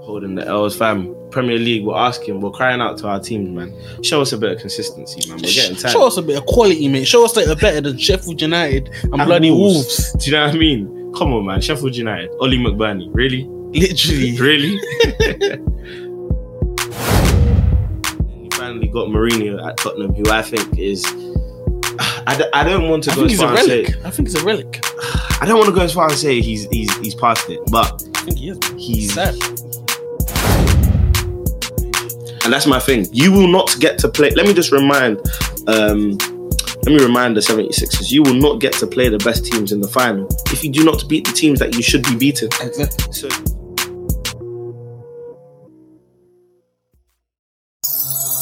holding the L's, fam. Premier League, we're asking, we're crying out to our teams, man. Show us a bit of consistency, man. We're getting tired. Show us a bit of quality, mate. Show us that you're better than Sheffield United and, And bloody Wolves. Wolves. Do you know what I mean? Come on, man. Sheffield United, Ollie McBurney, really, Literally. really. you finally got Mourinho at Tottenham, who I think is. I, d- I don't want to I go as think he's a far and say relic. I think he's a relic. I don't want to go as far and say he's he's he's past it, but I think he is. man. he's Sad. and that's my thing. You will not get to play. Let me just remind, um, let me remind the 76ers, you will not get to play the best teams in the final if you do not beat the teams that you should be beating. Exactly. So,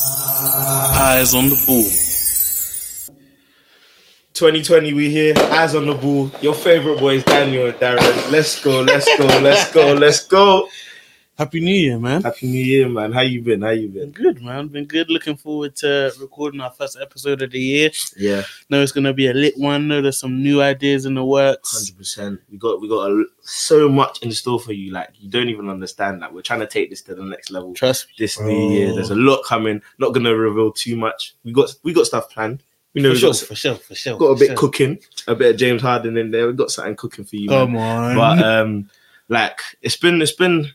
Eyes on the ball. 2020, we here, eyes on the ball. Your favorite boys, Daniel and Darren. Let's go, let's go, let's go, let's go. Happy New Year, man. Happy New Year, man. How you been? How you been? Been good, man. Been good. Looking forward to recording our first episode of the year. Yeah, Know it's gonna be a lit one. Know there's some new ideas in the works. hundred percent. We got we got a, so much in store for you. Like you don't even understand. Like we're trying to take this to the next level. Trust me. this new year. Bro. There's a lot coming. Not gonna reveal too much. We got we got stuff planned. We know For we sure, got, for sure, for sure. got a for bit sure. cooking, a bit of James Harden in there. We got something cooking for you, man. Come on. But um, like it's been it's been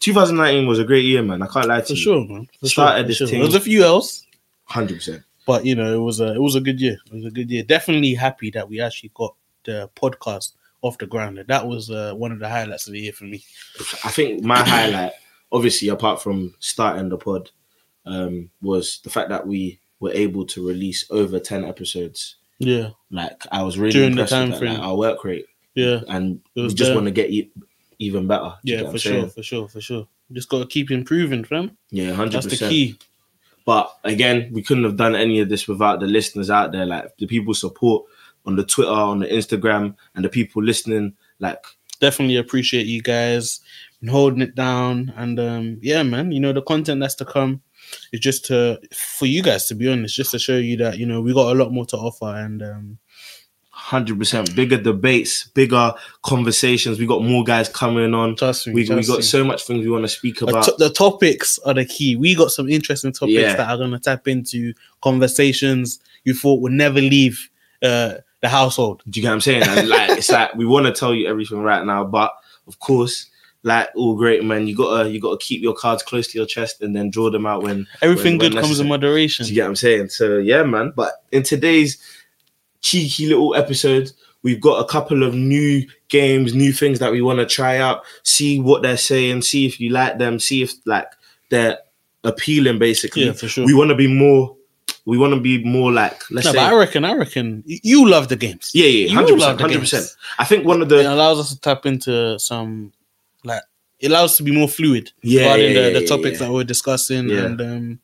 2019 was a great year, man. I can't lie to for you. sure, man. For Started sure, for this sure. thing. There was a few else, Hundred percent. but you know, it was a it was a good year. It was a good year. Definitely happy that we actually got the podcast off the ground. That was uh, one of the highlights of the year for me. I think my highlight, obviously, apart from starting the pod, um, was the fact that we were able to release over 10 episodes. Yeah, Like I was really During the impressed with time that, frame. like, our work rate, yeah, and It we was just there. want to get e- even better. Do you get yeah. what For I'm sure, saying? for sure, for sure. Just gotta keep improving, fam. Yeah, hundred That's the percent. key. But again, we couldn't have done any of this without the listeners out there, like the people support on the Twitter, on the Instagram, and the people listening. Like, Definitely appreciate you guys and holding it down. And um, yeah, man, you know the content that's to come is just to for you guys to be honest, just to show you that you know we got a lot more to offer and um, hundred percent, bigger debates, bigger conversations. We got more guys coming on. trust me, We, we trust got me. so much things we want to speak about. Uh, to- the topics are the key. We got some interesting topics Yeah. that are going to tap into conversations you thought would never leave uh, the household. Do you get what I'm saying? And like, it's like we want to tell you everything right now, but of course, like all great men, you gotta you gotta keep your cards close to your chest and then draw them out when Everything When- when good comes necessary. in moderation. Do you get what I'm saying? So yeah, man. But in today's cheeky little episode, we've got a couple of new games, new things that we want to try out, see what they're saying, see if you like them, see if like they're appealing. Basically, Yeah, for sure. we want to be more. We want to be more like let's no, say. but I reckon, I reckon y- you love the games. yeah, yeah, You hundred love percent, the hundred games. percent. I think one of the It allows us to tap into some, like, it allows us to be more fluid yeah, regarding yeah, the, the yeah, topics yeah. that we're discussing. Yeah. And um,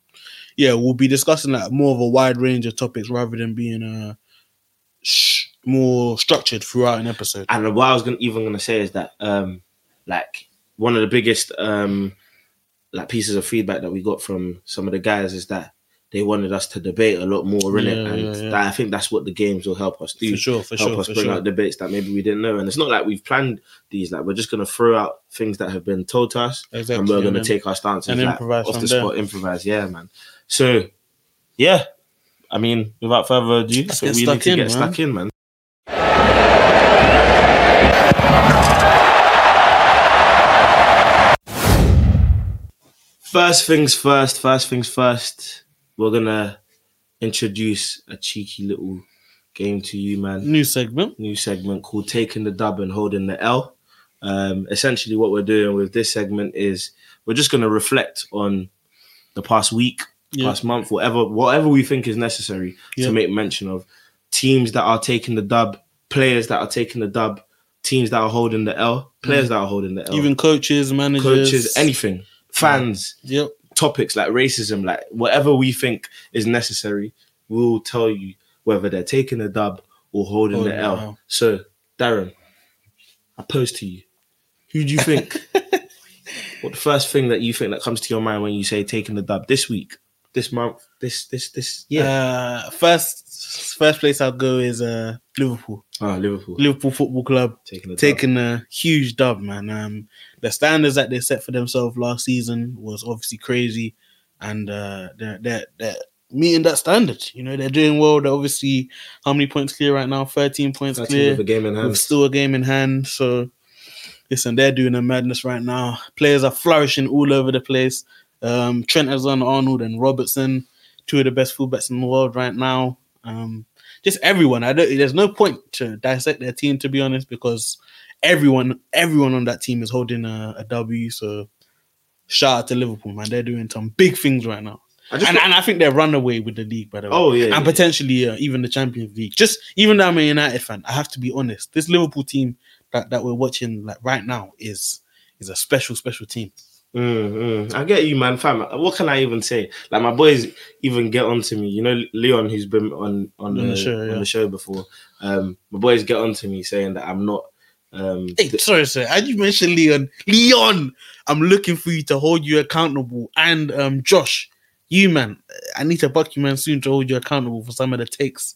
yeah, we'll be discussing like more of a wide range of topics rather than being uh, sh- more structured throughout an episode. And what I was gonna, even going to say is that, um, like, one of the biggest um, like pieces of feedback that we got from some of the guys is that they wanted us to debate a lot more, in it, Yeah, and yeah, yeah. That, I think that's what the games will help us do. for sure, for help sure, us for bring sure. out debates that maybe we didn't know, and it's not like we've planned these. Like, we're just going to throw out things that have been told to us, Exactly. and we're going and to then- take our stances and like, improvise off from the there. spot, improvise. Yeah, man. So, yeah, I mean, without further ado, I Let's think get we stuck need to in, get man. stuck in, man. First things first. First things first. We're gonna introduce a cheeky little game to you, man new segment. new segment called Taking the Dub and Holding the L. Um, essentially, what we're doing with this segment is we're just going to reflect on the past week, Yeah. past month, whatever, whatever we think is necessary Yeah. to make mention of teams that are taking the dub, players that are taking the dub, teams that are holding the L, players that are holding the L, Mm. Even coaches, managers, coaches, anything, fans, Yep. topics like racism, like whatever we think is necessary, we'll tell you whether they're taking the dub or holding Holding the the L. L. So, Darren, I pose to you. Who do you think? what the first thing that you think that comes to your mind when you say taking the dub this week? this month, this this this year? Yeah. Uh, first first place I'll go is uh Liverpool. Ah, Liverpool Liverpool Football Club taking the dub. taking a huge dub, man. Um, the standards that they set for themselves last season was obviously crazy, and uh, they're, they're they're meeting that standard. You know, they're doing well. They're obviously how many points clear right now? Thirteen points 13 clear with a game in hand. with still a game in hand. So, listen, they're doing a madness right now. Players are flourishing all over the place. Um, Trent Alexander-Arnold and Robertson, two of the best fullbacks in the world right now. Um, just everyone. I don't. There's no point to dissect their team to be honest, because everyone, everyone on that team is holding a, a W. So, shout out to Liverpool, man. They're doing some big things right now. I just And, thought- and I think they're run away with the league, by the way oh yeah, and yeah. potentially uh, even the Champions League. Just even though I'm a United fan, I have to be honest. This Liverpool team that, that we're watching like right now is is a special special team. Mm, mm. I get you, man, fam. What can I even say? Like my boys even get onto me. You know, Leon, who's been on on the, show, on yeah. the show before. Um, my boys get onto me saying that I'm not. Um, Hey, sorry, sir. I just mentioned Leon. Leon, I'm looking for you to hold you accountable. And um, Josh, you man, I need to buck you man soon to hold you accountable for some of the takes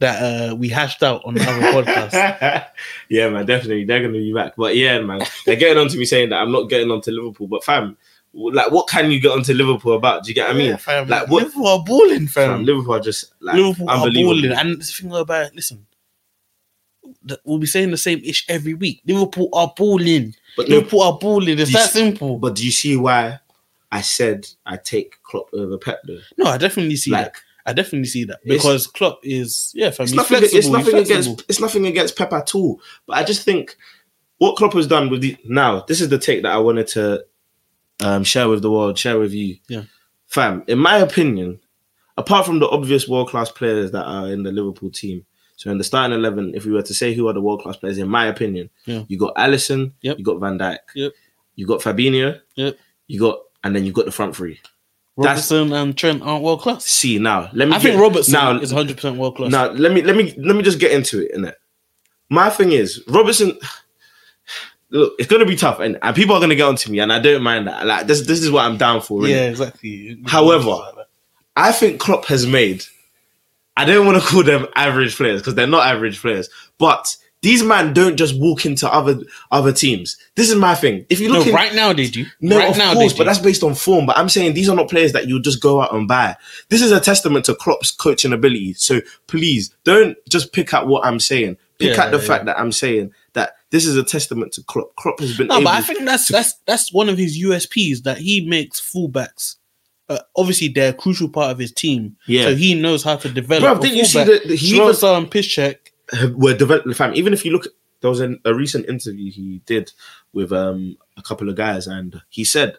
that uh, we hashed out on the other podcast. yeah, man, definitely. They're gonna be back. But yeah, man, they're getting onto me saying that I'm not getting onto Liverpool. But fam, w- like, what can you get onto Liverpool about? Do you get what I mean? fam, like, what- Liverpool are balling, Fam, fam. Liverpool are just like Liverpool are unbelievable. balling. And the thing about it, listen, th- we'll be saying the same ish every week. Liverpool are balling. But no, Liverpool are balling. Do It's you that s- simple. but do you see why I said I take Klopp over Pep though? No, I definitely see Like, that. I definitely see that It's- because Klopp is yeah, fam. it's He's nothing. flexible. It's nothing he's flexible. against. It's nothing against Pep at all. But I just think what Klopp has done with the now. This is the take that I wanted to um, share with the world, share with you, Yeah. fam. In my opinion, apart from the obvious world class players that are in the Liverpool team, so in the starting eleven, if we were to say who are the world class players, in my opinion, Yeah. you got Allison, Yep. you got Van Dijk, Yep. you got Fabinho, Yep. you got, and then you got the front three. that's- Robertson and Trent aren't world class. See now, let me. I think get- Robertson now, is 100 percent world class. Now let me let me let me just get into it, innit? My thing is Robertson. Look, it's gonna be tough, and, and people are gonna get onto me, and I don't mind that. Like this, this is what I'm down for. innit? yeah, exactly. However- I think Klopp has made. I don't want to call them average players because they're not average players, but these men don't just walk into other other teams. This is my thing. If you no, look in- right now they do. no, right of now course, they do. but that's based on form. But I'm saying these are not players that you just go out and buy. This is a testament to Klopp's coaching ability. So please don't just pick out what I'm saying. Pick Yeah, out the yeah, fact that I'm saying that this is a testament to Klopp. Klopp has been No, able. but I think that's that's that's one of his USPs that he makes fullbacks. Uh, obviously, they're a crucial part of his team, yeah, so he knows how to develop. Bruv, a didn't you see fullback. that that he was Schwarzer and Piszczek? were developing fam? Even if you look, there was an, a recent interview he did with um a couple of guys, and he said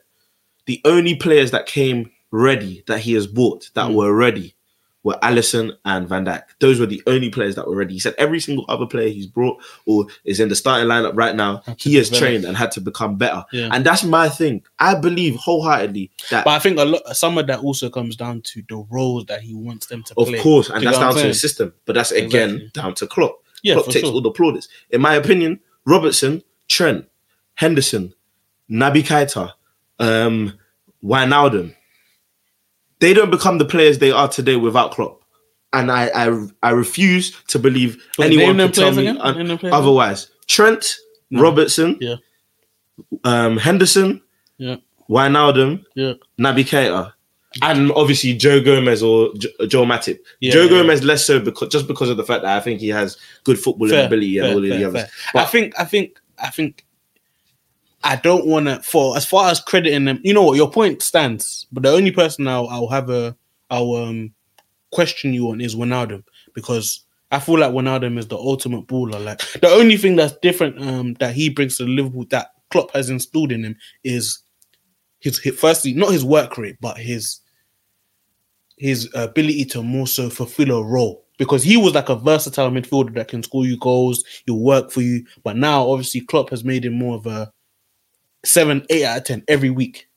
the only players that came ready that he has bought that Mm. were ready were Allison and Van Dijk. Those were the only players that were ready. He said every single other player he's brought or is in the starting lineup right now, Had to he has develop. trained and had to become better. Yeah. And that's my thing. I believe wholeheartedly that, But I think a lot, some of that also comes down to the roles that he wants them to of play. course, and You that's know what I'm down to saying? his system. But that's again Exactly. down to Klopp. yeah, Klopp for takes sure. all the plaudits. In my opinion, Robertson, Trent, Henderson, Naby Keita, um, Wijnaldum, they don't become the players they are today without Klopp. And I, I, I refuse to believe Wait, anyone name them can tell players me again? un- Name them players again? otherwise. Trent, No. Robertson, Mm. Yeah. um, Henderson, Yeah. Wijnaldum, Yeah. Naby Keita, and obviously Joe Gomez or jo- Joe Matip. Yeah, Joe yeah, Gomez less so because just because of the fact that I think he has good footballing Fair, ability and fair, all of the fair, others. fair. I think, I think, I think. I don't want to. For as far as crediting them, you know what your point stands. But the only person I'll, I'll have a I'll um question you on is Wijnaldum because I feel like Wijnaldum is the ultimate baller. Like the only thing that's different um that he brings to Liverpool that Klopp has installed in him is his, his firstly not his work rate but his his ability to more so fulfill a role because he was like a versatile midfielder that can score you goals, he'll work for you. But now obviously Klopp has made him more of a seven, eight out of ten every week.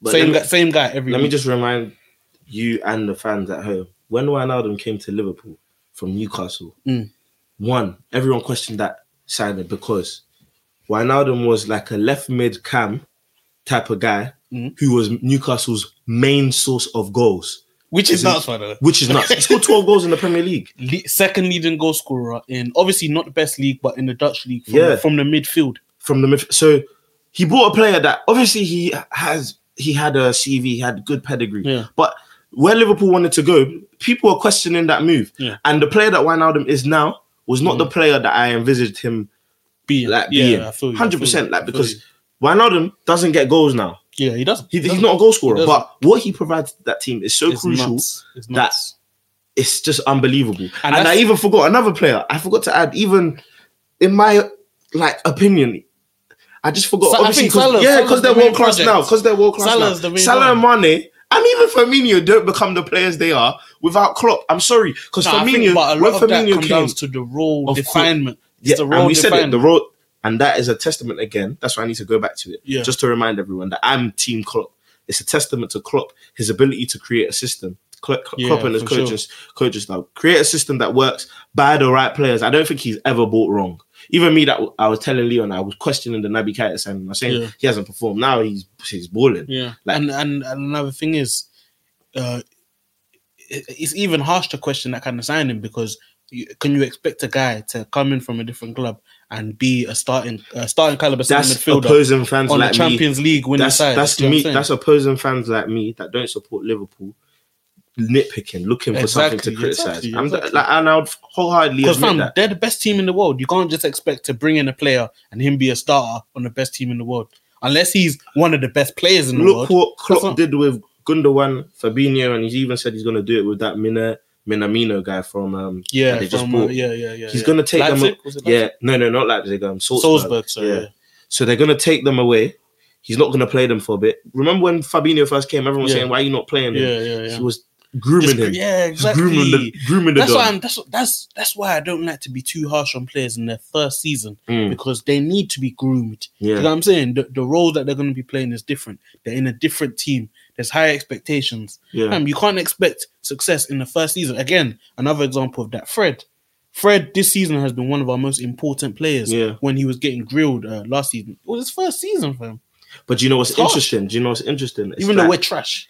But same let me- guy, same guy every Let week. me just remind you and the fans at home when Wijnaldum came to Liverpool from Newcastle, Mm. one everyone questioned that signing because Wijnaldum was like a left mid cam type of guy Mm. who was Newcastle's main source of goals. which is nuts, by the way. which is nuts. He scored 12 goals in the Premier League. Le- second leading goal scorer in obviously not the best league, but in the Dutch league from, Yeah. from the midfield. from the midf- so he bought a player that obviously he has he had a CV, he had good pedigree, Yeah. but where Liverpool wanted to go, people were questioning that move, Yeah. and the player that Wijnaldum is now was not the player that I envisaged him Being like yeah, being I feel you, I feel hundred percent you, I like feel because you. Wijnaldum doesn't get goals now. yeah, he doesn't. He, he's doesn't. not a goal scorer, doesn't. but what he provides to that team is so It's crucial. nuts. It's that- nuts. It's just unbelievable. And, And that's- I even forgot another player. I forgot to add even in my like opinion. I just forgot. Sa- I obviously, think 'cause- Salah- yeah, Salah's because the they're main world class project. now. Because they're world class Salah's the now. main Salah and one. Mane and even Firmino don't become the players they are without Klopp. I'm sorry, because Nah, I think, Firmino, but a when lot of that Firmino comes came, down to the role Of course. definement. It's yeah, the role and we said it, definement. the role, and that is a testament again. That's why I need to go back to it, Yeah. just to remind everyone that I'm Team Klopp. It's a testament to Klopp, his ability to create a system. Klopp, Klopp Yeah, and his for sure. coaches, coaches now create a system that works. Bad or right players, I don't think he's ever bought wrong. Even me, that I was telling Leon, I was questioning the Naby Keita signing. I was saying Yeah. he hasn't performed. Now he's he's balling. Yeah, Like- and, and and another thing is, uh, it- it's even harsh to question that kind of signing because you, can you expect a guy to come in from a different club and be a starting a starting caliber centre That's midfielder opposing fans on like the me. Champions League winning That's side? that's Do you know me. what I'm That's saying? opposing fans like me that don't support Liverpool, nitpicking, looking for something Exactly, to criticize. exactly, I'm exactly. like, and I would wholeheartedly because admit fam, that. they're the best team in the world. You can't just expect to bring in a player and him be a starter on the best team in the world unless he's one of the best players in the Look world. what Klopp That's not- did with Gundogan, Fabinho, and he's even said he's going to do it with that Mina Minamino guy from um. Yeah, that they just from, uh, bought. yeah, yeah, yeah. He's yeah. going to take Leipzig? them. Was it Leipzig? Yeah, no, no, not Leipzig. Um, Salzburg. Salzburg. So Yeah. yeah. So they're going to take them away. He's not going to play them for a bit. Remember when Fabinho first came? Everyone was Yeah. saying, "Why are you not playing him?" yeah, yeah, yeah. He was grooming Just- him. yeah, He was grooming the grooming the That's why dog. I'm, that's that's that's why I don't like to be too harsh on players in their first season Mm, because they need to be groomed. You know yeah, what I'm saying? The, the role that they're going to be playing is different. They're in a different team. There's higher expectations. yeah. Fam, you can't expect success in the first season. Again, another example of that. Fred, Fred, this season has been one of our most important players. Yeah. When he was getting grilled uh, last season, it was his first season for him. But do you know what's It's harsh. interesting? Do you know what's interesting? It's Even that- though we're trash,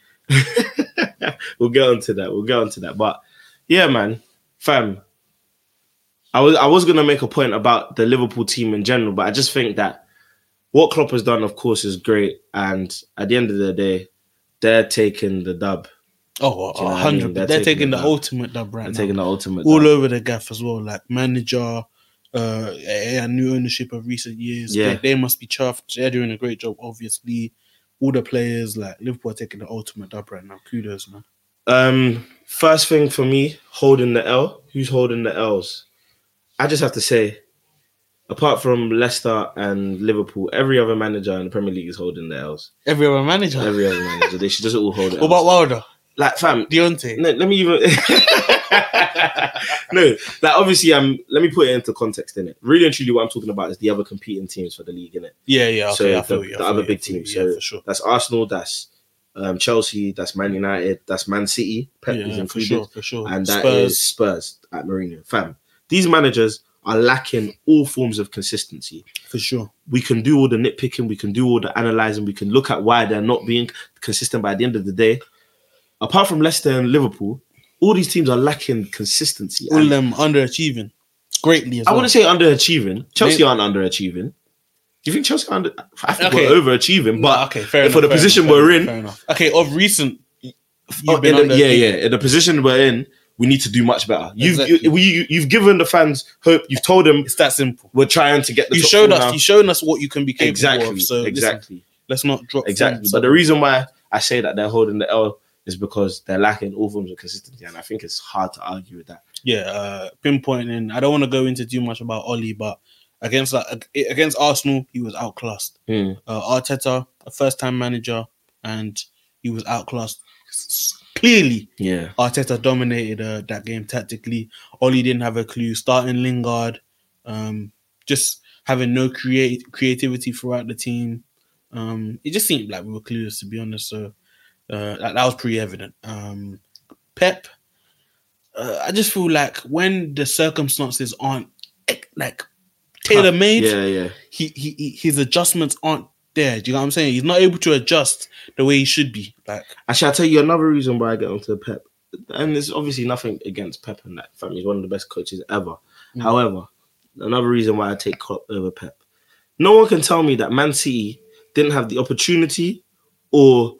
we'll get onto that. We'll get onto that. But yeah, man, fam. I was I was gonna make a point about the Liverpool team in general, but I just think that what Klopp has done, of course, is great. And at the end of the day, they're taking the dub. oh, Do you know what I 100. mean? They're, They're taking, taking it the back. ultimate dub right They're now. taking the ultimate. all dub. over the gaff as well, like manager, uh, and new ownership of recent years. Yeah. They, they must be chuffed. They're doing a great job, obviously. All the players, like Liverpool, are taking the ultimate dub right now. Kudos, man. Um, first thing for me, holding the L. Who's holding the L's? I just have to say, apart from Leicester and Liverpool, every other manager in the Premier League is holding the L's. Every other manager. Every other manager, they should just all hold it. what about Wilder? like fam? Deontay. No, let me even. no, like obviously, um, let me put it into context in it. Really and truly, what I'm talking about is the other competing teams for the league in it. Yeah, yeah. So Okay, I the- feel you, the I feel other you, big I feel you, teams, Yeah, so- for sure. That's Arsenal, that's um, Chelsea, that's Man United, that's Man City, Pep is Yeah, for included, sure, for sure. and that is Spurs. Spurs at Mourinho. Fam, these managers are lacking all forms of consistency. for sure. We can do all the nitpicking, we can do all the analyzing, we can look at why they're not being consistent. By the end of the day, apart from Leicester and Liverpool, all these teams are lacking consistency. All And of them underachieving greatly as I well. wouldn't say underachieving. Chelsea aren't underachieving. Do you think Chelsea are under? I think Okay. we're overachieving, Nah, but okay, fair for the fair position fair we're in- fair enough. Okay, of recent, oh, you've been in the- yeah, underachieving. yeah. In the position we're in, we need to do much better. You've Exactly. you, you, you've given the fans hope. You've told them It's that simple. we're trying to get the You top showed four us. now. You shown us what you can be capable exactly, of. So listen, exactly, let's not drop exactly. form. But the reason why I say that they're holding the L is because they're lacking all forms of consistency, and I think it's hard to argue with that. yeah, uh, pinpointing. I don't want to go into too much about Oli, but against like ag- eh, against Arsenal, he was outclassed. Uh, Arteta, a first-time manager, and he was outclassed. S- Clearly, Yeah, Arteta dominated uh, that game tactically. Oli didn't have a clue. Starting Lingard, um, just having no create creativity throughout the team. Um, it just seemed like we were clueless, to be honest. So uh, that, that was pretty evident. Um, Pep, uh, I just feel like when the circumstances aren't like tailor made, yeah, yeah. he, he he- his adjustments aren't there. Do you know what I'm saying? He's not able to adjust the way he should be. Like Actually, I'll tell you another reason why I get onto Pep. And it's obviously nothing against Pep and that family. He's one of the best coaches ever. Mm. However, another reason why I take Klopp over Pep. No one can tell me that Man City didn't have the opportunity or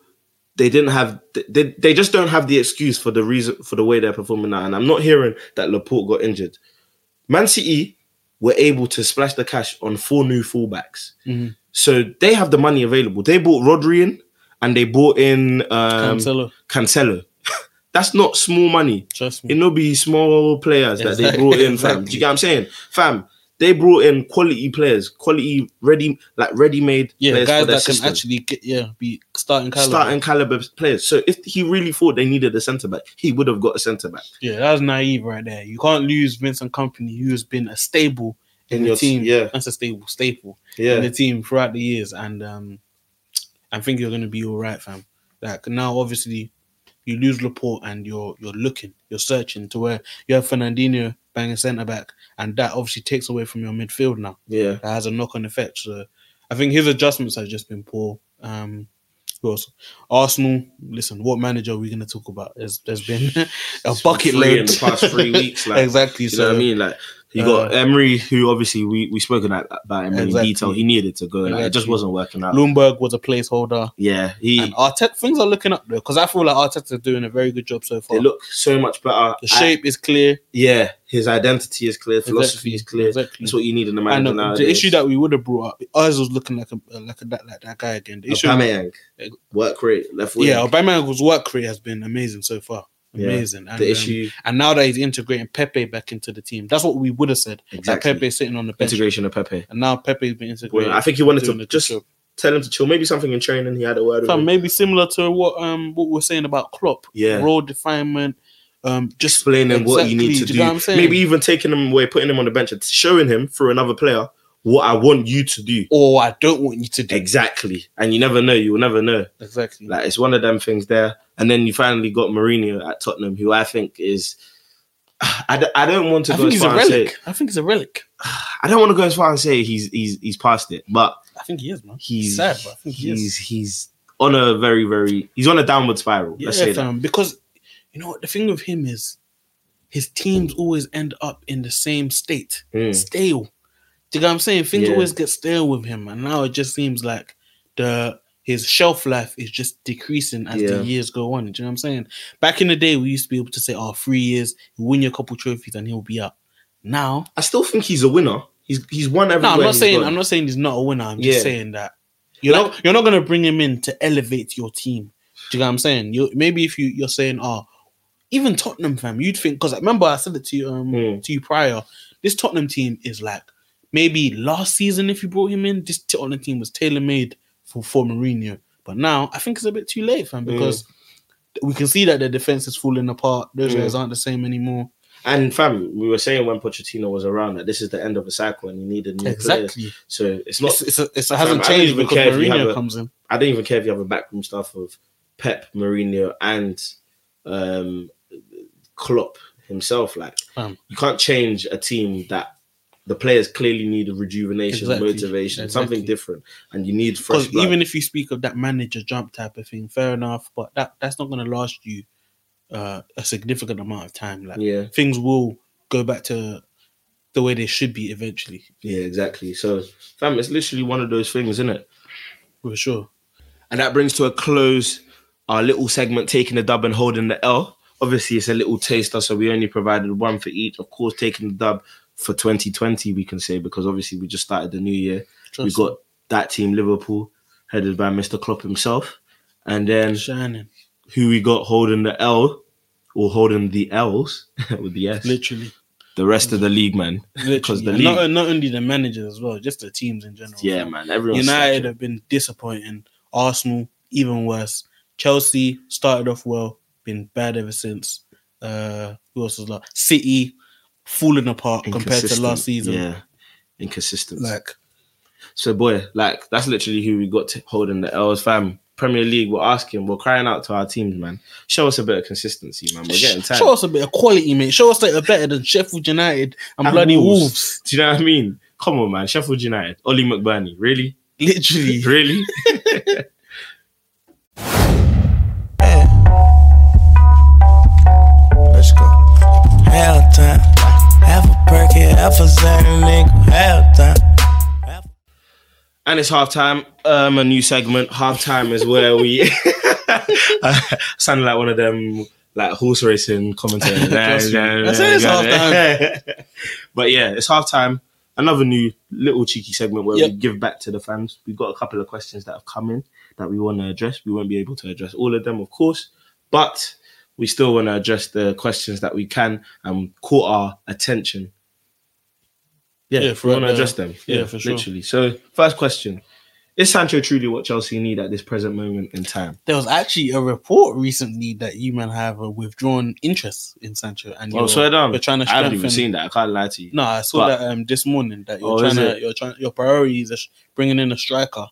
they didn't have they, they just don't have the excuse for the reason for the way they're performing now. And I'm not hearing that Laporte got injured. Man City were able to splash the cash on four new fullbacks. Mhm. So they have the money available. They bought Rodri in and they bought in um, Cancelo, Cancelo. That's not small money. trust me. It no be small players that they Exactly- brought in, fam. Do you get what I'm saying, fam? They brought in quality players, quality ready, like ready-made yeah, players guys for their that can system. actually get yeah be starting caliber. starting caliber players. So if he really thought they needed a centre back, he would have got a centre back Yeah, that was naive right there. You can't lose Vincent Company, who has been a stable in, the team. Yeah, That's a stable staple in yeah. the team throughout the years, and um, I think you're gonna be all right, fam. Like now, obviously, you lose Laporte, and you're you're looking, you're searching to where you have Fernandinho banging centre back, and that obviously takes away from your midfield now. yeah. that has a knock on effect. So I think his adjustments have just been poor. Um, who else? Arsenal. Listen, what manager are we going to talk about? There's, there's been a It's been bucket three load in the past three weeks, like, exactly. You so know what I mean? Like you got Emery, who obviously we we spoken about, about Emery Exactly. in detail. He needed to go. Like, It just Exactly. wasn't working out. Bloomberg was a placeholder. Yeah, he. And Arteta, things are looking up though, because I feel like Arteta is doing a very good job so they far. look so much better. the I- shape is clear. yeah, his identity is clear, philosophy is clear. Exactly. That's what you need in a And uh, manager the, nowadays. the issue that we would have brought up, ours was looking like a like a, that like that guy again. The issue, Aubameyang, work rate, left wing. yeah, Aubameyang's work rate has been amazing so far. Yeah. Amazing. And, the um, issue And now that he's integrating Pepe back into the team, that's what we would have said. Exactly. That Pepe's sitting on the bench, integration of Pepe. and now Pepe's been integrated. Well, I think he wanted doing a to good just job. tell him to chill. Maybe something in training. He had a word with Fam, him. maybe similar to what um what we're saying about Klopp, Yeah. role definement, um just Explaining what you Exactly, need to do do. you get what I'm saying? maybe even taking him away, putting him on the bench, and showing him through another player what I want you to do. or oh, I don't want you to do Exactly. And you never know. You will never know. exactly. Like it's one of them things there. And then you finally got Mourinho at Tottenham, who I think is. I, d- I don't want to I go think as he's a far and say relic. I think he's a relic. I don't want to go as far and say he's he's he's past it, but I think he is, man. he's sad, but I think he he's is. he's on a very very he's on a downward spiral. Yeah, let's say that. fam, because you know what the thing with him is, his teams always end up in the same state. Mm. stale. Do you know what I'm saying? Things Yeah. always get stale with him, and now it just seems like the his shelf life is just decreasing as Yeah. the years go on. Do you know what I'm saying? Back in the day, we used to be able to say, "Oh, three years, he'll win you a couple trophies, and he'll be up." Now, I still think he's a winner. He's he's won everywhere. no, I'm not he's saying gone. I'm not saying he's not a winner. I'm just Yeah. saying that you're not you're not gonna bring him in to elevate your team. Do you know what I'm saying? You maybe if you you're saying, "Oh, even Tottenham fam," you'd think because remember I said it to you um Mm. to you prior. This Tottenham team is like maybe last season if you brought him in, this Tottenham team was tailor made for for Mourinho. But now I think it's a bit too late, Mm. fam, because we can see that their defense is falling apart. Those Mm. guys aren't the same anymore. And fam, we were saying when Pochettino was around that this is the end of a cycle and you needed new players. Exactly. So it's not. It's, it's, it's, it Fam, I hasn't don't changed even because care if you have Mourinho a- comes in. I don't even care if you have a backroom staff of Pep, Mourinho, and um, Klopp himself. Like Fam. you can't change a team that the players clearly need a rejuvenation, Exactly, motivation, exactly. something different, and you need fresh Because blood. even if you speak of that manager jump type of thing, fair enough, but that that's not going to last you uh, a significant amount of time. Like yeah, things will go back to the way they should be eventually, yeah, exactly. So, fam, it's literally one of those things, isn't it? for sure. And that brings to a close our little segment, taking the dub and holding the L. Obviously, it's a little taster, so we only provided one for each. Of course, taking the dub for 2020, we can say, because obviously we just started the new year. We Trust got that team, Liverpool, headed by Mr. Klopp himself. And me. then shining, who we got holding the L or holding the L's with the S, literally, the rest of the league, man. literally. the And not, league- not only the managers as well, just the teams in general. Yeah, man. Everyone's United such have been disappointing. Arsenal even worse. Chelsea started off well, been bad ever since. Uh, who else was like City falling apart a- compared to last inconsistent. season? Yeah, inconsistent. Like So boy, like that's literally who we got to holding the L's fam. Premier League, we're asking, we're crying out to our teams, man. Show us a bit of consistency, man. We're getting tired. show us a bit of quality, mate. Show us that you're better than Sheffield United and, And bloody Wolves. Wolves. Do you know what I mean? Come on, man. Sheffield United, Ollie McBurney, really? Literally. Really? Let's go. Hell time. Half a perky, half a certain nigga. Hell time. And it's halftime. Um, a new segment. Halftime is where we sound like one of them like horse racing commentators. That's right. I said it's halftime. but yeah, it's halftime. Another new little cheeky segment where we Yep. give back to the fans. We've got a couple of questions that have come in that we want to address. We won't be able to address all of them, of course, but we still want to address the questions that we can and caught our attention. Yeah, Yeah, we want throughout to the- address them. yeah, for uh, sure. Literally. So, first question Is Sancho truly what Chelsea need at this present moment in time? There was actually a report recently that you man have a withdrawn interest in Sancho, and Oh, you're, swear down. you're trying to I haven't even strengthen- seen that. I can't lie to you. No, I saw But- that um, this morning that you're Oh, trying is to you're trying your priorities are sh- bringing in a striker,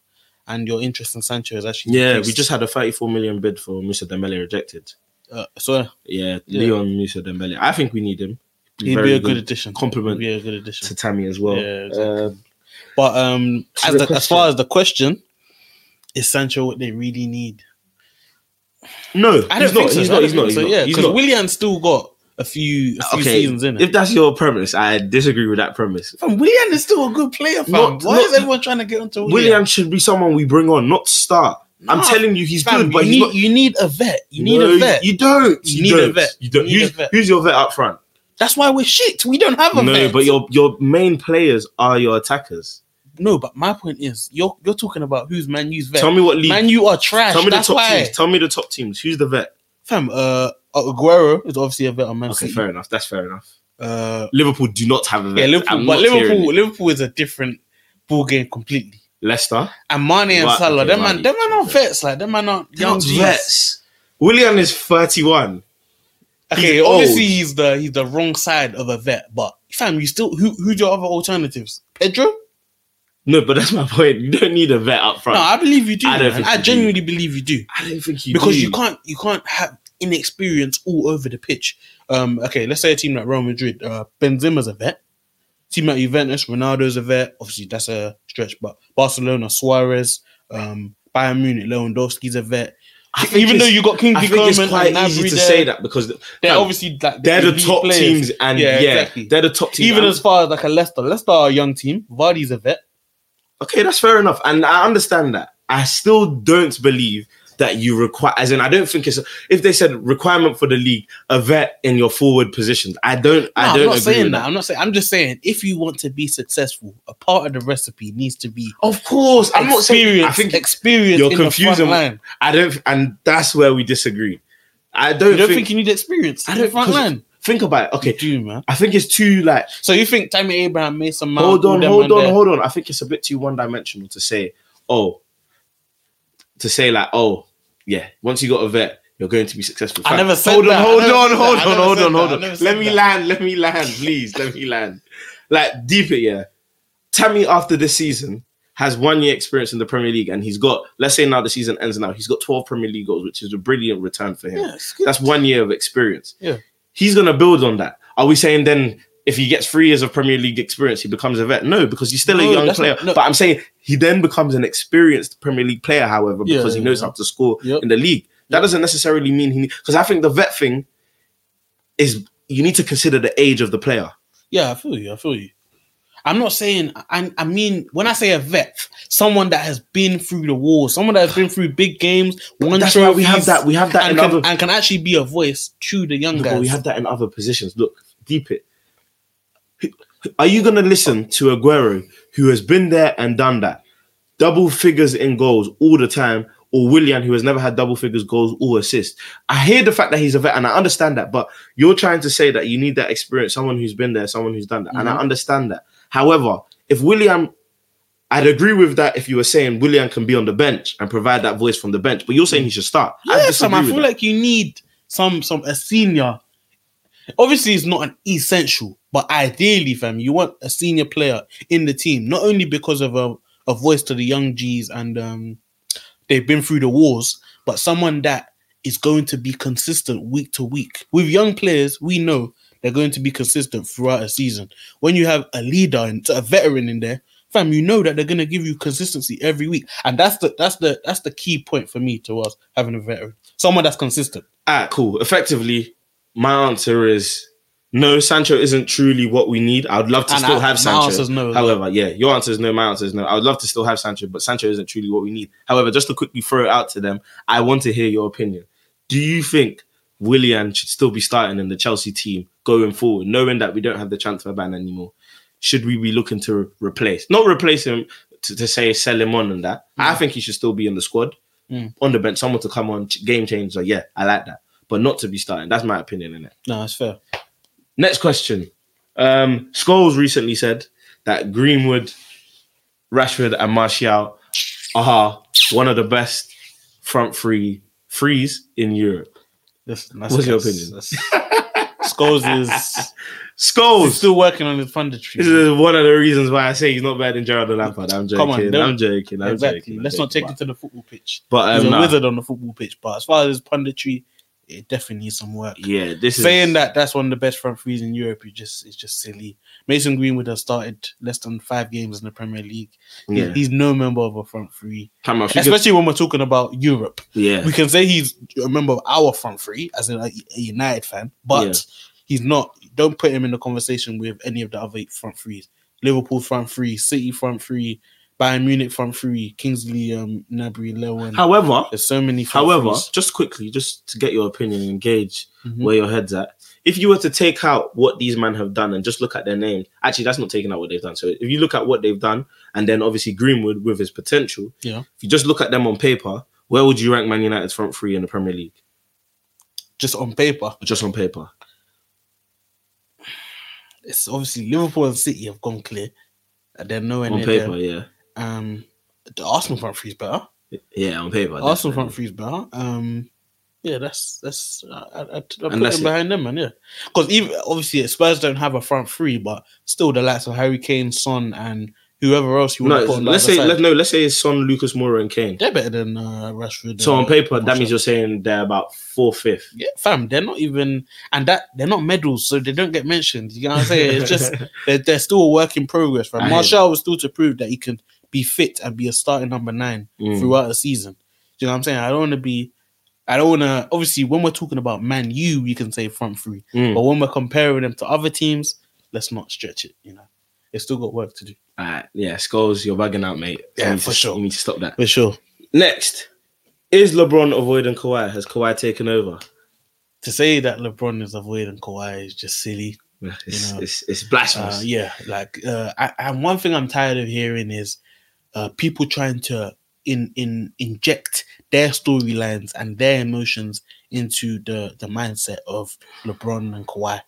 and your interest in Sancho is actually Yeah, we decreased. just had a 34 million bid for Musa Dembele rejected. uh, so Yeah, Yeah. Leon Musa Dembele. I think we need him. he'd Very be a good, addition. compliment He'd be a good to addition. Tammy as well. Yeah, Uh, But um, To as the the, as question. far as the question, is Sancho what they really need? no, I he's don't not. think so. He's I not. don't He's not. think He's so, not. Yeah, he's because not. Willian still got a few a few seasons in it. If that's your premise, I disagree with that premise. Fam, Willian is still a good player, fam. Not- Why not- is everyone trying to get onto Willian? William should be someone we bring on, not start. I'm Nah, telling you, he's fam, good, but you, he's need, not. you need a vet. You need No, a vet. You don't. You need a don't. vet. You don't. You need who's, a vet. who's your vet up front? That's why we're shit. We don't have a no, vet. but your your main players are your attackers. no, but my point is, you're you're talking about who's Man U's vet. Tell me what league. Man U are trash. tell me the That's top why, teams. Tell me the top teams. Who's the vet? fam. Uh, Aguero is obviously a vet on Man Okay, City. fair enough. That's fair enough. Uh, Liverpool do not have a vet. yeah, Liverpool, I'm but not hearing Liverpool, it. Liverpool is a different ball game completely. Leicester, And Mane and Right, Salah, okay, them Mane. man, them man are vets. Like them man are young Not Gs. vets. William is 31. Okay, He's obviously old. he's the he's the wrong side of a vet, but fam, you still who who's your other alternatives? Pedro? No, but that's my point. You don't need a vet up front. No, I believe you do. I I, don't think I you do. genuinely believe you do I don't think you because do. you can't you can't have inexperience all over the pitch. Um, okay, let's say a team like Real Madrid, uh, Benzema's a vet. Team like Juventus, Ronaldo's a vet. Obviously, that's a stretch, but Barcelona, Suarez, um, Bayern Munich, Lewandowski's a vet. I think Even though it's- you got King I think it's Coleman quite and Nabry easy to there, say that because they're fam, obviously like they're the elite top players. teams, and yeah, Yeah, exactly. they're the top teams. Even And- as far as like a Leicester, Leicester are a young team. Vardy's a vet. okay, that's fair enough, and I understand that. I still don't believe that you require, as in, I don't think it's if they said requirement for the league a vet in your forward positions. I don't, No, I I'm don't not agree saying with that. that. I'm not saying. I'm just saying if you want to be successful, a part of the recipe needs to be Of course, I'm not saying. I experience. think experience. you're in The confusing- front line. I don't, and that's where we disagree. I don't, You don't think, think, you need experience. I I don't- don't front 'cause- line. think about it. You Okay, do man. I think it's too like So you think Tammy Abraham, Mason Mount, hold all on, them hold man on, there- hold on. I think it's a bit too one dimensional to say, oh, to say like, oh, yeah, once you got a vet, you're going to be successful. I Fam, never said hold that. I on, hold never on, hold said that. I on, never hold said on, that. hold I on. never said Let me that. land, let me land, please, let me land. Like deep it, yeah. Tammy after this season has one year experience in the Premier League, and he's got, let's say now the season ends now, he's got 12 Premier League goals, which is a brilliant return for him. Yeah, it's good. That's one year of experience. Yeah. He's gonna build on that. Are we saying then if he gets three years of Premier League experience, he becomes a vet? No, because he's still No, a young that's player. not- no. But I'm saying he then becomes an experienced Premier League player, however, Yeah, because he yeah, knows yeah. how to score Yep. in the league. That Yep. doesn't necessarily mean he because I think the vet thing is you need to consider the age of the player. Yeah, I feel you. I feel you. I'm not saying. I, I mean, when I say a vet, someone that has been through the war, someone that has been through big games, won That's why we trophies, have that. We have that and in can, other and can actually be a voice to the young No, guys. but we have that in other positions. Look, deep it. Are you going to listen to Aguero, who has been there and done that, double figures in goals all the time, or Willian, who has never had double figures goals or assists? I hear the fact that he's a vet, and I understand that. But you're trying to say that you need that experience, someone who's been there, someone who's done that, and I Mhm. understand that. However, if William I'd agree with that if you were saying Willian can be on the bench and provide that voice from the bench, but you're saying he should start. I yeah, disagree Sam, I with feel that. like you need some some a senior. Obviously, it's not an essential, but ideally, fam, you want a senior player in the team, not only because of a, a voice to the young G's and um, they've been through the wars, but someone that is going to be consistent week to week. With young players, we know they're going to be consistent throughout a season. When you have a leader and a veteran in there, fam, you know that they're gonna give you consistency every week, and that's the that's the that's the key point for me to us having a veteran, someone that's consistent. All right, cool. Effectively, my answer is no. Sancho isn't truly what we need. I'd love to And still I- have my Sancho. answer's no as well. However, yeah, your answer is no. My answer is no. I would love to still have Sancho, but Sancho isn't truly what we need. However, just to quickly throw it out to them, I want to hear your opinion. Do you think Willian should still be starting in the Chelsea team going forward, knowing that we don't have the transfer ban anymore? Should we be looking to re- replace, not replace him to, to say sell him on and that? I think he should still be in the squad, Mm. on the bench, someone to come on, ch- game changer. Yeah, I like that, but not to be starting. That's my opinion in it. No, that's fair. Next question. Um, Scholes recently said that Greenwood, Rashford, and Martial are one of the best front three threes in Europe. That's, that's, What's your that's- opinion? that's- Scholes is he's Scholes still working on his punditry. this is one of the reasons why I say he's not better than Gerald Lampard. I'm joking. Come on, don't- I'm joking. I'm exactly. joking. Let's not take it to the football pitch. But He's um, a nah. wizard on the football pitch, but as far as his punditry, it definitely needs some work. yeah, this is Saying that that's one of the best front threes in Europe is just it's just silly. Mason Greenwood has started less than five games in the Premier League. He- Yeah, He's no member of a front three, Come on, if you could- especially when we're talking about Europe. yeah. We can say he's a member of our front three as in a, a United fan, but he's not. Don't put him in the conversation with any of the other eight front threes: Liverpool front three, City front three, Bayern Munich front three, Kingsley, um, Nabry, Lewin. However, There's so many. front however, threes. just quickly, just to get your opinion, engage. Mhm. where your head's at. If you were to take out what these men have done and just look at their names, actually, that's not taking out what they've done. So if you look at what they've done, and then obviously Greenwood with his potential, Yeah. if you just look at them on paper, where would you rank Man United's front three in the Premier League? just on paper, Just on paper. it's obviously Liverpool and City have gone clear. And they're nowhere on near paper, there. yeah. Um, the Arsenal front three is better. Yeah, on paper. definitely. Arsenal front three is better. Um, yeah, that's that's I, I, I I'd put that's them it. behind them, man. Yeah, because even obviously Spurs don't have a front three, but still the likes of Harry Kane, Son, and whoever else you want No, to put on the let's other say side, let, no, let's say it's Son, Lucas Moura, and Kane. they're better than uh, Rashford. So uh, on paper, that means Martial. you're saying they're about four fifth. yeah, fam. They're not even and that they're not medals, so they don't get mentioned. You know what I'm saying? It's just they're, they're still a work in progress. I hear Right? Marshall was still to prove that he can be fit and be a starting number nine Mm. throughout the season. Do you know what I'm saying? I don't want to be. I don't want to. Obviously, when we're talking about Man U, we can say front three, Mm. but when we're comparing them to other teams, let's not stretch it. You know, they still got work to do All right, yeah, Skulls, you're bugging out, mate. Yeah, You need for to- sure. You need to stop that. for sure. Next, is LeBron avoiding Kawhi? Has Kawhi taken over? To say that LeBron is avoiding Kawhi is just silly. It's, know. it's, it's Uh, blasphemous. yeah, like uh, I, and one thing I'm tired of hearing is uh, people trying to in in inject their storylines and their emotions into the the mindset of LeBron and Kawhi.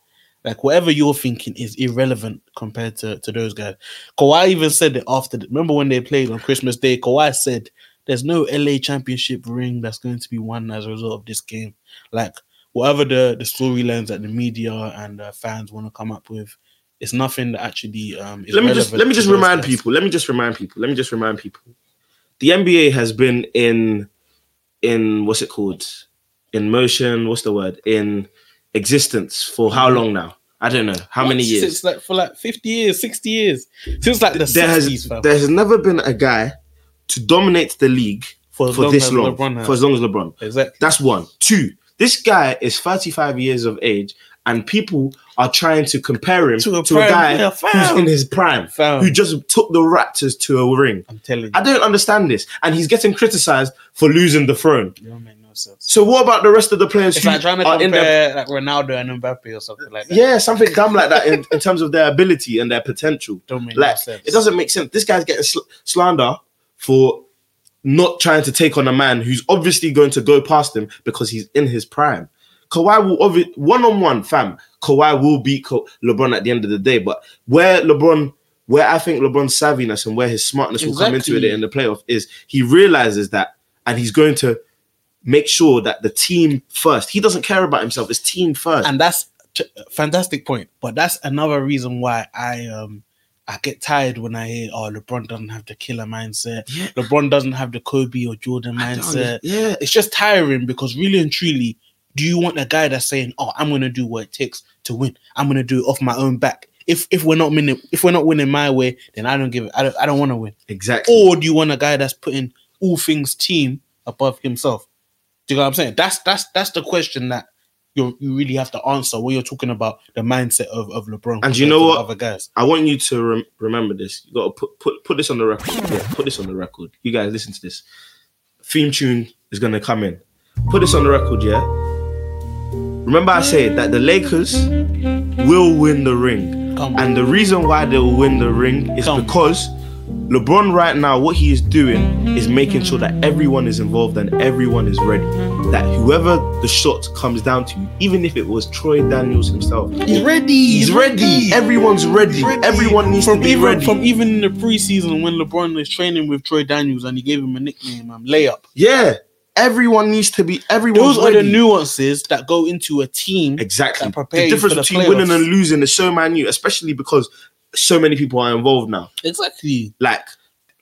Like whatever you're thinking is irrelevant compared to, to those guys. Kawhi even said it after. The, remember when they played on Christmas Day? Kawhi said, "There's no LA Championship ring that's going to be won as a result of this game." Like whatever the the storylines that the media and uh, fans want to come up with, it's nothing that actually. Um, is let me just relevant let me to just those remind guys. people. Let me just remind people. Let me just remind people. The NBA has been in in what's it called? In motion. What's the word? In existence for how long now? I don't know. How many What? years? Mm-hmm. Since like for like fifty years, sixty years, since like the There sixties, has fam. there has never been a guy to dominate the league For, as for long this as long. LeBron has. For as long as LeBron. exactly. That's one. Two. This guy is 35 years of age, and people are trying to compare him to To a, a prime guy player, who's fam. in his prime, Fam. who just took the Raptors to a ring. I'm telling you, I don't understand this, and he's getting criticized for losing the throne. it don't make no sense. So what about the rest of the players It's who like trying to are in their compare like Ronaldo and Mbappe or something like that. yeah something dumb like that in, in terms of their ability and their potential? don't make no Like sense. it doesn't make sense. This guy's getting sl- slander for not trying to take on a man who's obviously going to go past him because he's in his prime. Kawhi will obvi- one on one, fam. Kawhi will beat Ka- LeBron at the end of the day, but where LeBron, where I think LeBron's savviness and where his smartness will come into it Exactly. in the playoff is he realizes that, and he's going to make sure that the team first. He doesn't care about himself; it's team first. and that's t- fantastic point. But that's another reason why I um I get tired when I hear oh LeBron doesn't have the killer mindset. Yeah. LeBron doesn't have the Kobe or Jordan mindset. yeah, It's just tiring because really and truly, do you want a guy that's saying oh I'm gonna do what it takes to win? I'm gonna do it off my own back. if if we're not winning, if we're not winning my way, then I don't give. I don't. I don't want to win. Exactly. Or do you want a guy that's putting all things team above himself? Do you know what I'm saying? That's that's that's the question that you you really have to answer when you're talking about the mindset of of LeBron. And you compared know to what? Other guys. I want you to rem- remember this. You got to put, put put this on the record. Yeah, put this on the record. You guys listen to this. Theme tune is gonna come in. Put this on the record, yeah. Remember, I said that the Lakers will win the ring, Come on. and the reason why they will win the ring is Come on. because LeBron right now, what he is doing is making sure that everyone is involved and everyone is ready. That whoever the shot comes down to, even if it was Troy Daniels himself, He's ready. He's ready. Everyone's ready. Everyone needs from to be even ready. from even in the preseason when LeBron is training with Troy Daniels and he gave him a nickname, um, layup. yeah, everyone needs to be. Everyone's Those are the ready. nuances that go into a team. exactly that prepare the you difference for the between winning playoffs. and losing is so minute, especially because so many people are involved now. Exactly. Like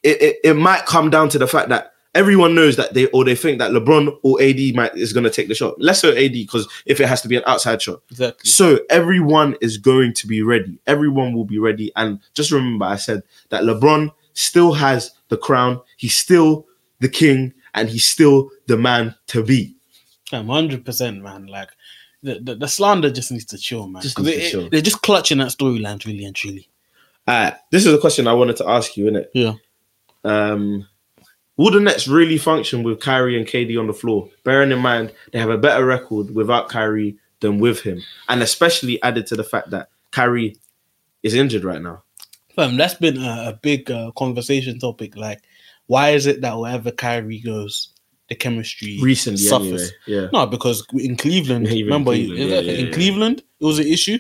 it, it, it might come down to the fact that everyone knows that they or they think that LeBron or AD might is going to take the shot. Less so AD because if it has to be an outside shot, Exactly. So everyone is going to be ready. Everyone will be ready. And just remember, I said that LeBron still has the crown. He's still the king, and he's still the man to be. Damn, hundred percent, man. Like the, the the slander just needs to chill, man. Just 'Cause needs it- to it- chill. They're just clutching at storylines, really and truly. Uh, this is a question I wanted to ask you, innit? Yeah. Um, will the Nets really function with Kyrie and KD on the floor? Bearing in mind they have a better record without Kyrie than with him, and especially added to the fact that Kyrie is injured right now. Fam, that's been a, a big uh, conversation topic. Like, why is it that wherever Kyrie goes, the chemistry Recently, suffers? anyway. Yeah. No, because in Cleveland, Yeah, even remember, Cleveland, it- yeah, like, yeah, in yeah. Cleveland, it was an issue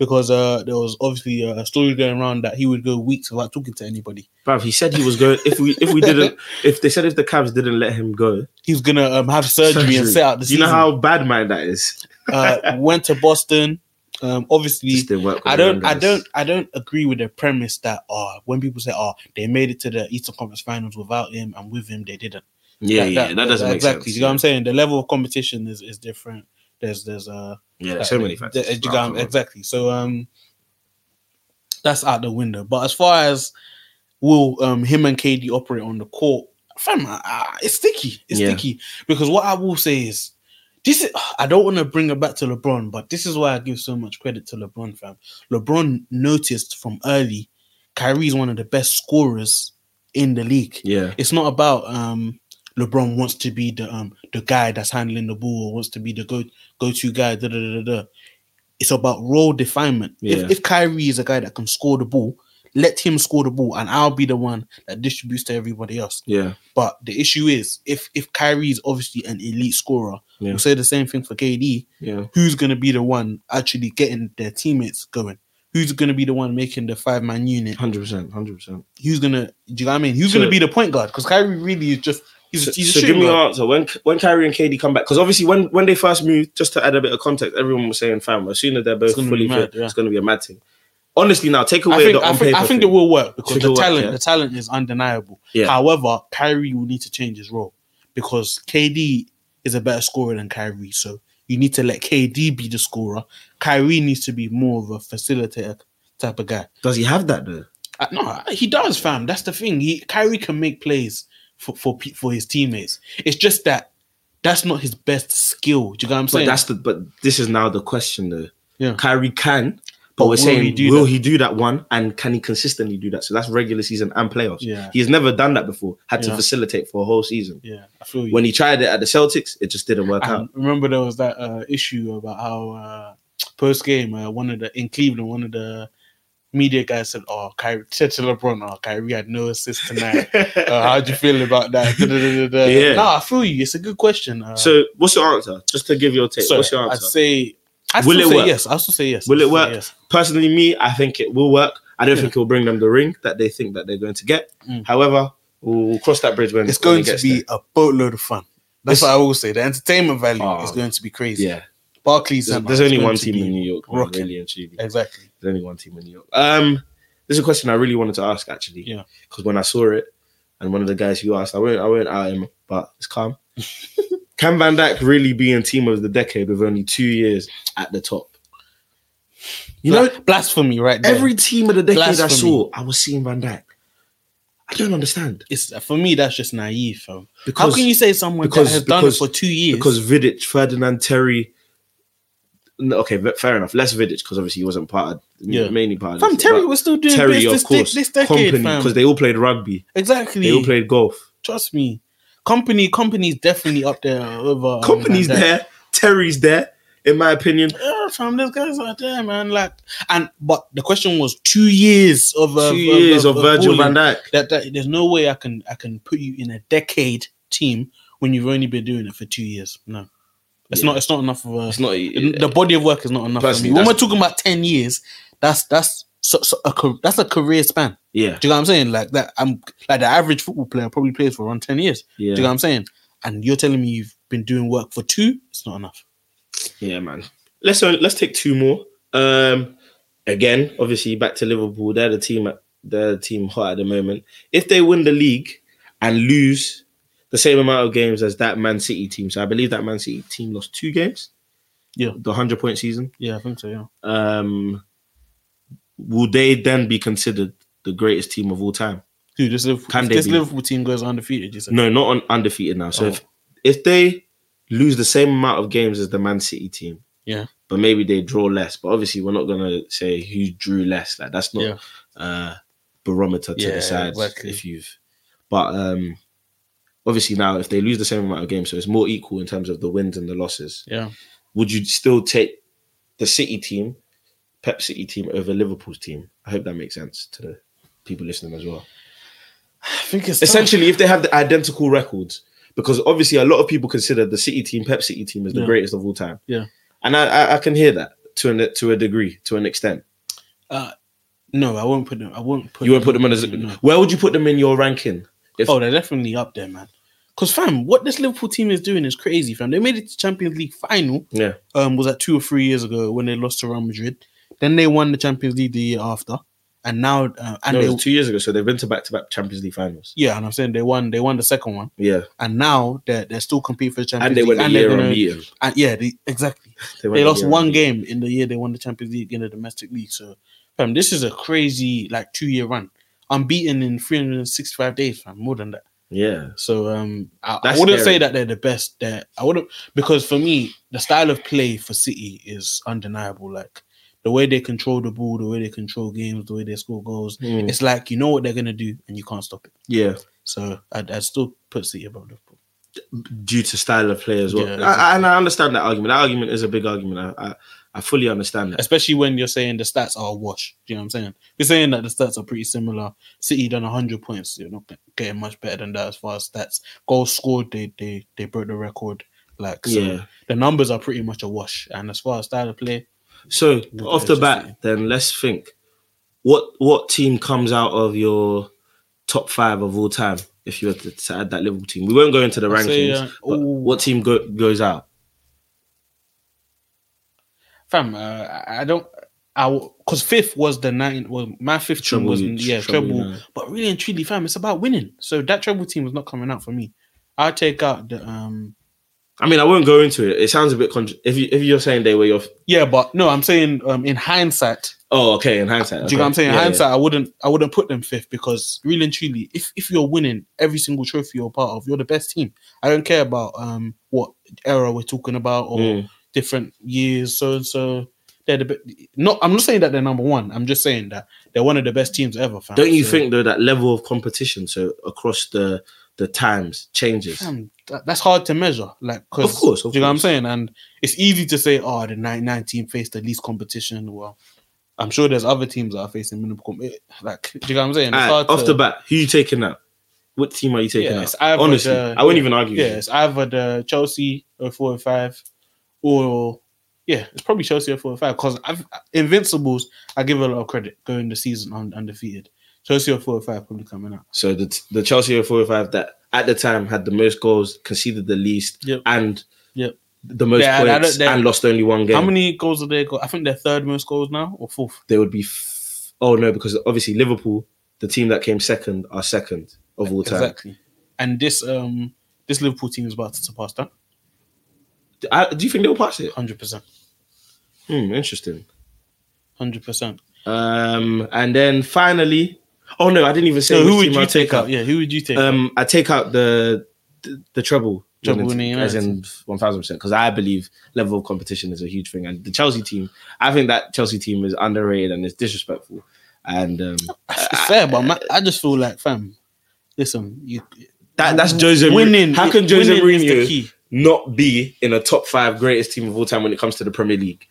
because uh, there was obviously a story going around that he would go weeks without talking to anybody. Bruv, he said he was going. If we if we didn't, if they said if the Cavs didn't let him go, He's gonna um, have surgery, and set out the you season. know how bad man that is. uh, went to Boston. Um, obviously, Just didn't work with I the don't, I Rockets. don't, I don't agree with the premise that uh, when people say, "Oh, they made it to the Eastern Conference Finals without him, and with him they didn't." Yeah, yeah, that doesn't make exactly. sense. You know what I'm saying? The level of competition is is different. There's there's uh Yeah, there's so many the- factors. the- you Bruv, know, come on. exactly. So um, that's out the window. But as far as will um him and KD operate on the court, fam, I- I- it's sticky. It's Yeah. sticky because what I will say is. This is, I don't want to bring it back to LeBron, but this is why I give so much credit to LeBron, fam. LeBron noticed from early, Kyrie's one of the best scorers in the league. Yeah, It's not about um LeBron wants to be the um the guy that's handling the ball or wants to be the go go to guy. Da, da, da, da, da. It's about role definement. Yeah. If if Kyrie is a guy that can score the ball, let him score the ball, and I'll be the one that distributes to everybody else. yeah, But the issue is, if if Kyrie is obviously an elite scorer, Yeah. we'll say the same thing for KD yeah, who's going to be the one actually getting their teammates going? Who's going to be the one making the five man unit? hundred percent, hundred percent. Who's going to, do you know what I mean? Who's So- going to be the point guard? Because Kyrie really is just, he's, So, he's so a give shooting me an guard. answer when when Kyrie and KD come back because obviously when when they first moved, just to add a bit of context, everyone was saying, "Fam, as soon as they're both gonna be fully mad, fit, yeah. it's going to be a mad thing." Honestly, now take away I think, the I on think, paper. I think it thing. will work because Think the it'll work, talent, yeah. the talent is undeniable. Yeah. However, Kyrie will need to change his role because KD is a better scorer than Kyrie. So you need to let KD be the scorer. Kyrie needs to be more of a facilitator type of guy. Does he have that though? Uh, no, he does, fam. That's the thing. He Kyrie can make plays for for pe- for his teammates. It's just that that's not his best skill. Do you know what I'm But saying? that's the but this is now the question though. Yeah. Kyrie can, But but, we're will saying he do will that? he do that one and can he consistently do that? So that's regular season and playoffs. Yeah. He's never done that before. Had to Yeah. facilitate for a whole season. yeah, I feel you. When he tried it at the Celtics, it just didn't work out. And remember there was that uh, issue about how uh, post game uh, one of the in Cleveland one of the media guys said, "Oh, Kyrie said to LeBron, oh, Kyrie had no assists tonight. uh, how do you feel about that?" Da, da, da, da, da. Yeah. No, I feel you. It's a good question. Uh, So what's your answer? Just to give your take, so what's your I'd answer? say. I Will it say work? Yes, I still say yes. Will I'd it say work? Yes. Personally, me, I think it will work. I don't Yeah. think it will bring them the ring that they think that they're going to get. Mm. However, we'll, we'll cross that bridge when it's when going it to gets be a boatload of fun. That's This- what I will say. The entertainment value Oh, is going to be there. crazy. Yeah, Barclays. there's, Center there's is only going one to team be- in New York, man, rocking. really and truly. Exactly. There's only one team in New York. Um, there's a question I really wanted to ask actually. Yeah. Because when I saw it, and one of the guys who asked, I won't, I won't out him, but it's calm. Can Van Dyke really be in team of the decade with only two years at the top? You Bla- know, blasphemy right there. every team of the decade I Blasphemy. saw, I was seeing Van Dijk. I don't understand it's for me that's just naive, fam. Because- How can you say someone because- that has done because- it for two years? because Vidic, Ferdinand, Terry. No, okay, but fair enough. Less Vidic because obviously he wasn't part of Yeah. mainly part of fam, this, Terry but was still doing Terry, this, this, of course, this decade, fam. because they all played rugby, exactly. they all played golf. Trust me, company company's definitely up there over um, Company's Van Dijk. there, Terry's there. In my opinion, Yeah, fam, those guys are there, man. Like, and but the question was two years of uh, two years of Virgil Van balling. Dijk. That, that there's no way I can I can put you in a decade team when you've only been doing it for two years. No, it's Yeah. not. It's not enough of a. It's not e- the body of work is not enough for Personally, me. When we're that's- talking about ten years, that's that's so, so a car- that's a career span. yeah, Do you know what I'm saying? Like that, I'm like the average football player probably plays for around ten years. Do you know yeah, what I'm saying? And you're telling me you've been doing work for two? It's not enough. yeah, man. Let's uh, let's take two more. Um, again, obviously back to Liverpool. They're the team. At, they're the team hot at the moment. If they win the league and lose the same amount of games as that Man City team, so I believe that Man City team lost two games. Yeah. the hundred point season. Yeah, I think so. Yeah. Um, will they then be considered the greatest team of all time? Dude, this Liverpool, Can if they this be? Liverpool team goes undefeated. You said. No, not on undefeated now. So Oh. if if they lose the same amount of games as the Man City team, Yeah. but maybe they draw less. But obviously, we're not gonna say who drew less. Like that's not Yeah. uh, barometer to Yeah, decide exactly. if you've. But um, obviously now, if they lose the same amount of games, so it's more equal in terms of the wins and the losses. Yeah. Would you still take the City team, Pep City team, over Liverpool's team? I hope that makes sense to the people listening as well I think it's essentially if they have the identical records because obviously a lot of people consider the city team pep city team as the Yeah. greatest of all time Yeah. and I, I i can hear that to an to a degree to an extent No, I won't put them. I won't put. you won't put them in as No. where would you put them in your ranking if- Oh, they're definitely up there, man. Because fam, what this Liverpool team is doing is crazy, fam. They made it to Champions League final. yeah Um, was that two or three years ago when they lost to Real Madrid? Then they won the Champions League the year after, and now uh, and no, it they, was two years ago so they've been to back-to-back champions league finals yeah, and I'm saying they won. They won the second one, yeah and now they're they're still competing for the Champions and they League. went a they're year gonna- unbeaten and- yeah, they, exactly. went they a lost year one unbeaten. game in the year they won the Champions League in the domestic league. So, fam, this is a crazy like two year run. Unbeaten in 365 days, fam. More than that. yeah So um, I, I That's wouldn't scary. say that they're the best. That I wouldn't because for me, the style of play for City is undeniable. Like the way they control the ball, the way they control games, the way they score goals. Mm. It's like you know what they're gonna do and you can't stop it. yeah So I'd, I'd still put City above Liverpool. due to style of play as well Yeah, I, I, and i understand that argument that argument is a big argument i i, I fully understand that Especially when you're saying the stats are a wash. Do you know what I'm saying? You're saying that the stats are pretty similar. City done 100 points. You're not getting much better than that as far as stats. Goals scored, they they they broke the record. Like so Yeah. the numbers are pretty much a wash. And as far as style of play, So off the Manchester bat, City. then let's think. What what team comes out of your top five of all time? If you were to, to add that Liverpool team, we won't go into the rankings. I'd say, uh, but ooh. what team go, goes out? fam, uh, I- I don't. I because fifth was the nine. Was my fifth team Treble, was you- yeah treble, treble, you know. but really and truly, fam, it's about winning. So that treble team was not coming out for me. I'll take out the um. I mean, I won't go into it. It sounds a bit contra- if you if you're saying they were your Yeah, but no, I'm saying um in hindsight, oh okay in hindsight. do you know what I'm saying? In Yeah, hindsight, I wouldn't, I wouldn't put them fifth because really and truly, if if you're winning every single trophy you're part of, you're the best team. I don't care about um what era we're talking about or yeah. Mm. different years, so and so. They're the be- not. I'm not saying that they're number one. I'm just saying that they're one of the best teams ever. Fam. Don't you So, think though that level of competition so across the the times changes? fam, that- that's hard to measure? Like, 'cause- Of course, of do you know what I'm course. saying? And it's easy to say, oh, the 99 team faced the least competition. Well, I'm sure there's other teams that are facing minimal. Com- it- like, do you know what I'm saying? It's Alright, hard off to- the bat, who you taking out? What team are you taking Yeah, out? it's either Honestly, the- I wouldn't even argue. Yeah, it's either the Chelsea 04 and 5 or yeah, it's probably Chelsea 04 and 5 because Invincibles, I give a lot of credit going the season un- undefeated. Chelsea 04 and 5 probably coming out. So the the Chelsea 045 that at the time had the most goals, conceded the least, Yep. and Yep. the most They had- I points, don't- they- and lost only one game. How many goals did they go? I think they're third most goals now or fourth. They would be. F- oh no, because obviously Liverpool, the team that came second, are second of all time. Exactly. And this um this Liverpool team is about to surpass that uh, I, do you think they'll pass it? 100%. Hmm, interesting. hundred percent. Um, and then finally, oh no, I didn't even say So which who would team you I'll take out? Yeah, who would you take? out? Um, I take out the the, the treble. Treble United, in the as in one thousand percent, because I believe level of competition is a huge thing, and the Chelsea team. I think that Chelsea team is underrated and it's disrespectful. And um, It's fair, but ma- I just feel like, fam, listen, you Uh, that that's Jose. Mourinho. winning. How can Jose winning is the Mourinho key not be in a top five greatest team of all time when it comes to the Premier League?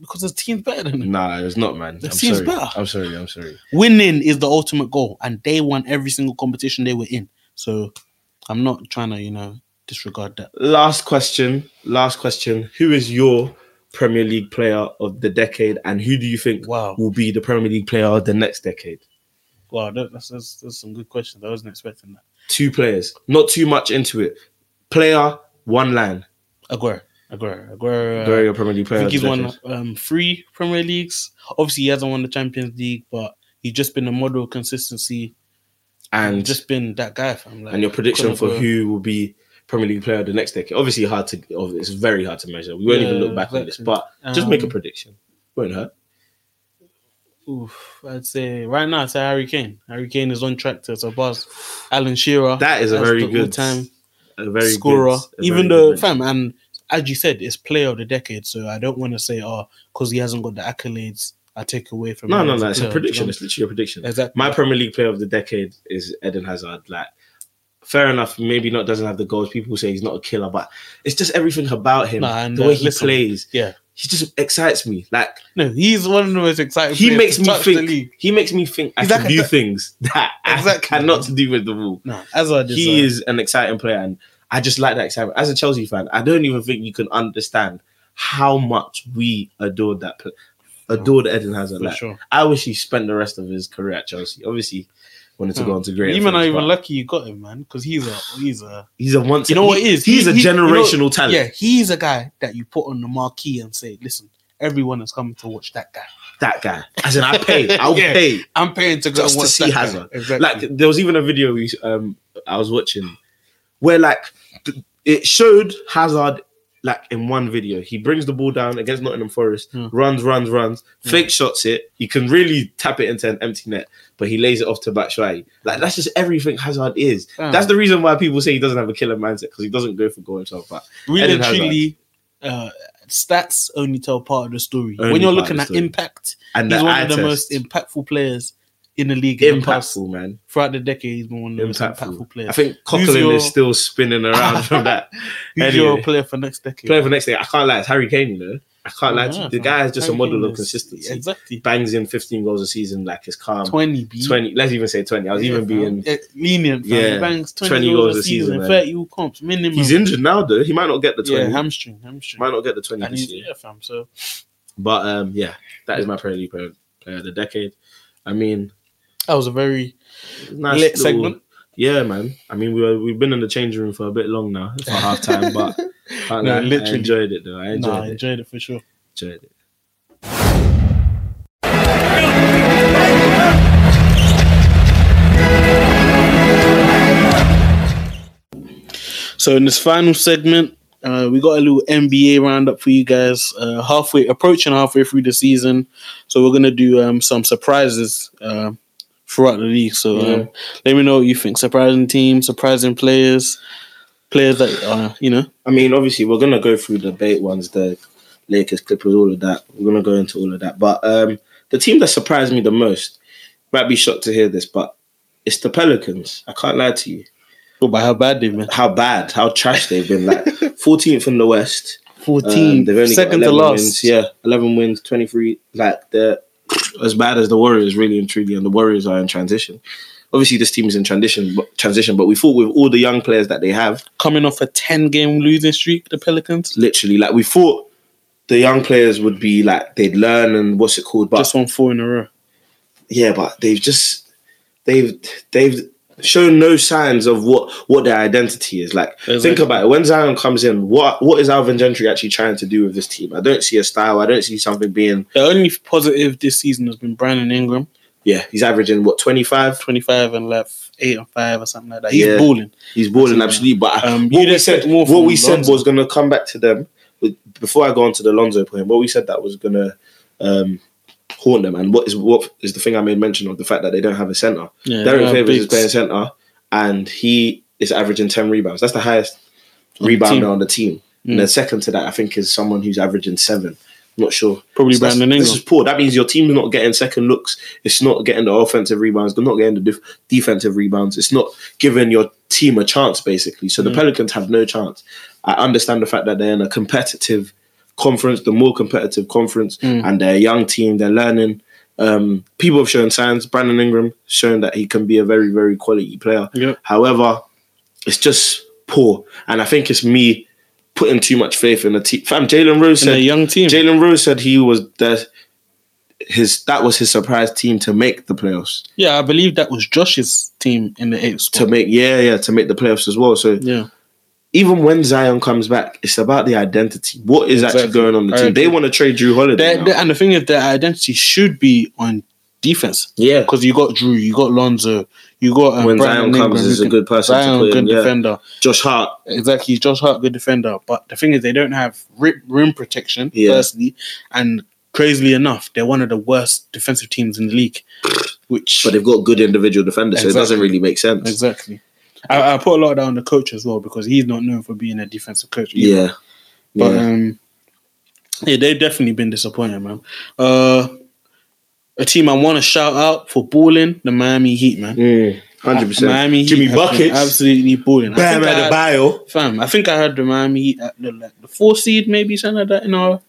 because the team's better than him. Nah, it's not, man. That I'm seems sorry. better. I'm sorry. I'm sorry. Winning is the ultimate goal, and they won every single competition they were in. So I'm not trying to, you know, disregard that. last question. Last question. Who is your Premier League player of the decade, and who do you think Wow. will be the Premier League player of the next decade? Wow, that, that's, that's that's some good questions. I wasn't expecting that. Two players, not too much into it. Player, one line. Aguero, Aguero, Aguero. uh, Very your Premier League I player. think Of the he's won decade. um, three Premier Leagues. Obviously, he hasn't won the Champions League, but he's just been a model of consistency And and just been that guy. Fam. Like, and your prediction couldn't for go- who will be Premier League player of the next decade? Obviously, hard to. oh, It's very hard to measure. We won't even Yeah, look back on this, exactly. but just make a Um, prediction. Won't hurt. Oof, I'd say right now it's Harry Kane. Harry Kane is on track to surpass Alan Shearer. That is a as very uh, the good all-time A very scorer. Good, a Even very though good fam and as you said, it's player of the decade. So I don't want to say oh because he hasn't got the accolades. I take away from No, him no, as no. It's a player, prediction. you know? It's literally a prediction. Exactly. My Premier League player of the decade is Eden Hazard. Like, fair enough. Maybe not doesn't have the goals. People say he's not a killer, but it's just everything about him. Nah, and, the uh, way he listen. plays, yeah. he just excites me. Like No, he's one of the most exciting. he players makes to me touch the league. think. He makes me think. I He's can like a- do things that Exactly. I cannot do with the ball. No, Hazard is. He uh, is an exciting player, and I just like that excitement. As a Chelsea fan, I don't even think you can understand how much we adored that. pl- Adored Eden Hazard. for Like, sure. I wish he spent the rest of his career at Chelsea. Obviously, wanted to Yeah. go on to great. Hmm. Even not things, even but lucky you got him, man, because he's a he's a he's a once. you know what it is He's He- a he- you know- generational talent. Yeah, he's a guy that you put on the marquee and say, listen, everyone is coming to watch that guy. That guy. As in, I pay. I'll Yeah. pay. I'm paying to go Just and to watch see that guy. Hazard. Exactly. Like there was even a video we, um I was watching where like th- it showed Hazard like in one video he brings the ball down against Nottingham Forest Hmm. runs runs runs fake shots it he can really tap it into an empty net but he lays it off to Batshuayi like that's just everything Hazard is Yeah. that's the reason why people say he doesn't have a killer mindset because he doesn't go for goal himself but really Eden and Hazard. truly, uh, stats only tell part of the story. Only when you're part of looking the at story. impact, and he's the one eye of the test. most impactful players in the league. in the past. impactful man throughout the decade, he's been one of the impactful. most impactful players. I think Who's Coughlin your- is still spinning around from that Who's your anyway. player for next decade? player for next day. I can't lie, it's Harry Kane, you know. I can't lie. to Yeah, you. the fam. guy is just Harry a model Kane of is- consistency. Um, Exactly. Bangs in 15 goals a season, like it's calm. 20, 20 B. let's even say 20. I was Yeah, even fam. being. Yeah, lenient. Fam. Yeah, Yeah, bangs 20, goals a season, man. 30 all comps minimum. He's injured now, though. He might not get the 20. Yeah, hamstring, hamstring. might not get the 20 and this he's, year. yeah, fam. So But um, yeah, that is my Premier League player, player of the decade. I mean, that was a very nice Lit little- segment. Yeah, man. I mean, we were, we've been in the change room for a bit long now, for half time, but can't No, lie, I literally. enjoyed it, though. I enjoyed nah, I it. enjoyed it for sure. enjoyed it. So in this final segment, uh, we got a little NBA roundup for you guys. Uh, halfway, approaching halfway through the season, so we're gonna do um, some surprises uh, throughout the league. So Yeah. um, let me know what you think. Surprising teams, surprising players, players that uh, you know. I mean, obviously, we're gonna go through the bait ones, the Lakers, Clippers, all of that. We're gonna go into all of that. But um, the team that surprised me the most might be shocked to hear this, but it's the Pelicans. I can't lie to you. Go by how bad they've been. How bad, how trash they've been. Like 14th in the West. Um, Fourteen, they've only got second to 11 last. Wins. Yeah, eleven wins, twenty three. Like they're as bad as the Warriors, really and truly, and the Warriors are in transition. Obviously, this team is in transition, but, transition. But we thought with all the young players that they have, Coming off a ten-game losing streak, the Pelicans literally. Like we thought the young players would be like they'd learn and what's it called, but just won four in a row. yeah, but they've just they've they've shown no signs of what what their identity is. Like think Exactly. about it. When Zion comes in, what what is Alvin Gentry actually trying to do with this team? I don't see a style. I don't see something being. The only positive this season has been Brandon Ingram. Yeah, he's averaging what twenty five. 25 and like eight and five or something like that. He's Yeah. balling. He's balling That's it, absolutely. But I- Um, what you'd we expect said, more what from we said Lonzo. was going to come back to them. But before I go on to the Lonzo point, what we said that was going to um, haunt them. And what is what is the thing I made mention of the fact that they don't have a centre. Yeah, Darren uh, Favours is Biggs. playing centre, and he is averaging ten rebounds. That's the highest On the rebounder team. on the team. Mm. And then second to that, I think is someone who's averaging seven. I'm not sure. Probably So that's- Brandon This is Ingram. poor. That means your team's not getting second looks. It's not getting the offensive rebounds. They're not getting the def- defensive rebounds. It's not giving your team a chance, basically. So the Pelicans have no chance. I understand the fact that they're in a competitive conference, the more competitive conference, and they're a young team. They're learning. Um, people have shown signs. Brandon Ingram shown that he can be a very, very quality player. Yep. However, it's just poor, and I think it's me putting too much faith in the team. Fam, Jalen Rose And a said young team. Jalen Rose said he was the his that was his surprise team to make the playoffs. yeah, I believe that was Josh's team in the eighth To spot. make yeah, yeah, to make the playoffs as well. So yeah, even when Zion comes back, it's about the identity. What is actually Exactly. going on in the I team? They agree. want to trade Drew Holiday. Their- now. their- and the thing is, their identity should be on defense yeah. because you got Drew, you got Lonzo, you got um, When Brandon Zion Ingram, comes, who is a can- good person to Zion, put in. good Yeah. defender. Josh Hart, Exactly, Josh Hart, good defender. But the thing is, they don't have ri- rim protection. Yeah. Firstly, and crazily enough, they're one of the worst defensive teams in the league. Which but they've got good individual defenders, so it doesn't Exactly. really make sense. exactly, I, I put a lot of that on the coach as well because he's not known for being a defensive coach. either. Yeah, But yeah. um, yeah, they've definitely been disappointing, man. Uh, a team I want to shout out for balling the Miami Heat, man. Mm, Hundred Miami percent. Jimmy Heat have been buckets, absolutely balling. I Bam think I at the had- bio. fam. I think I heard the Miami Heat at the, like, the four seed, maybe something like that in our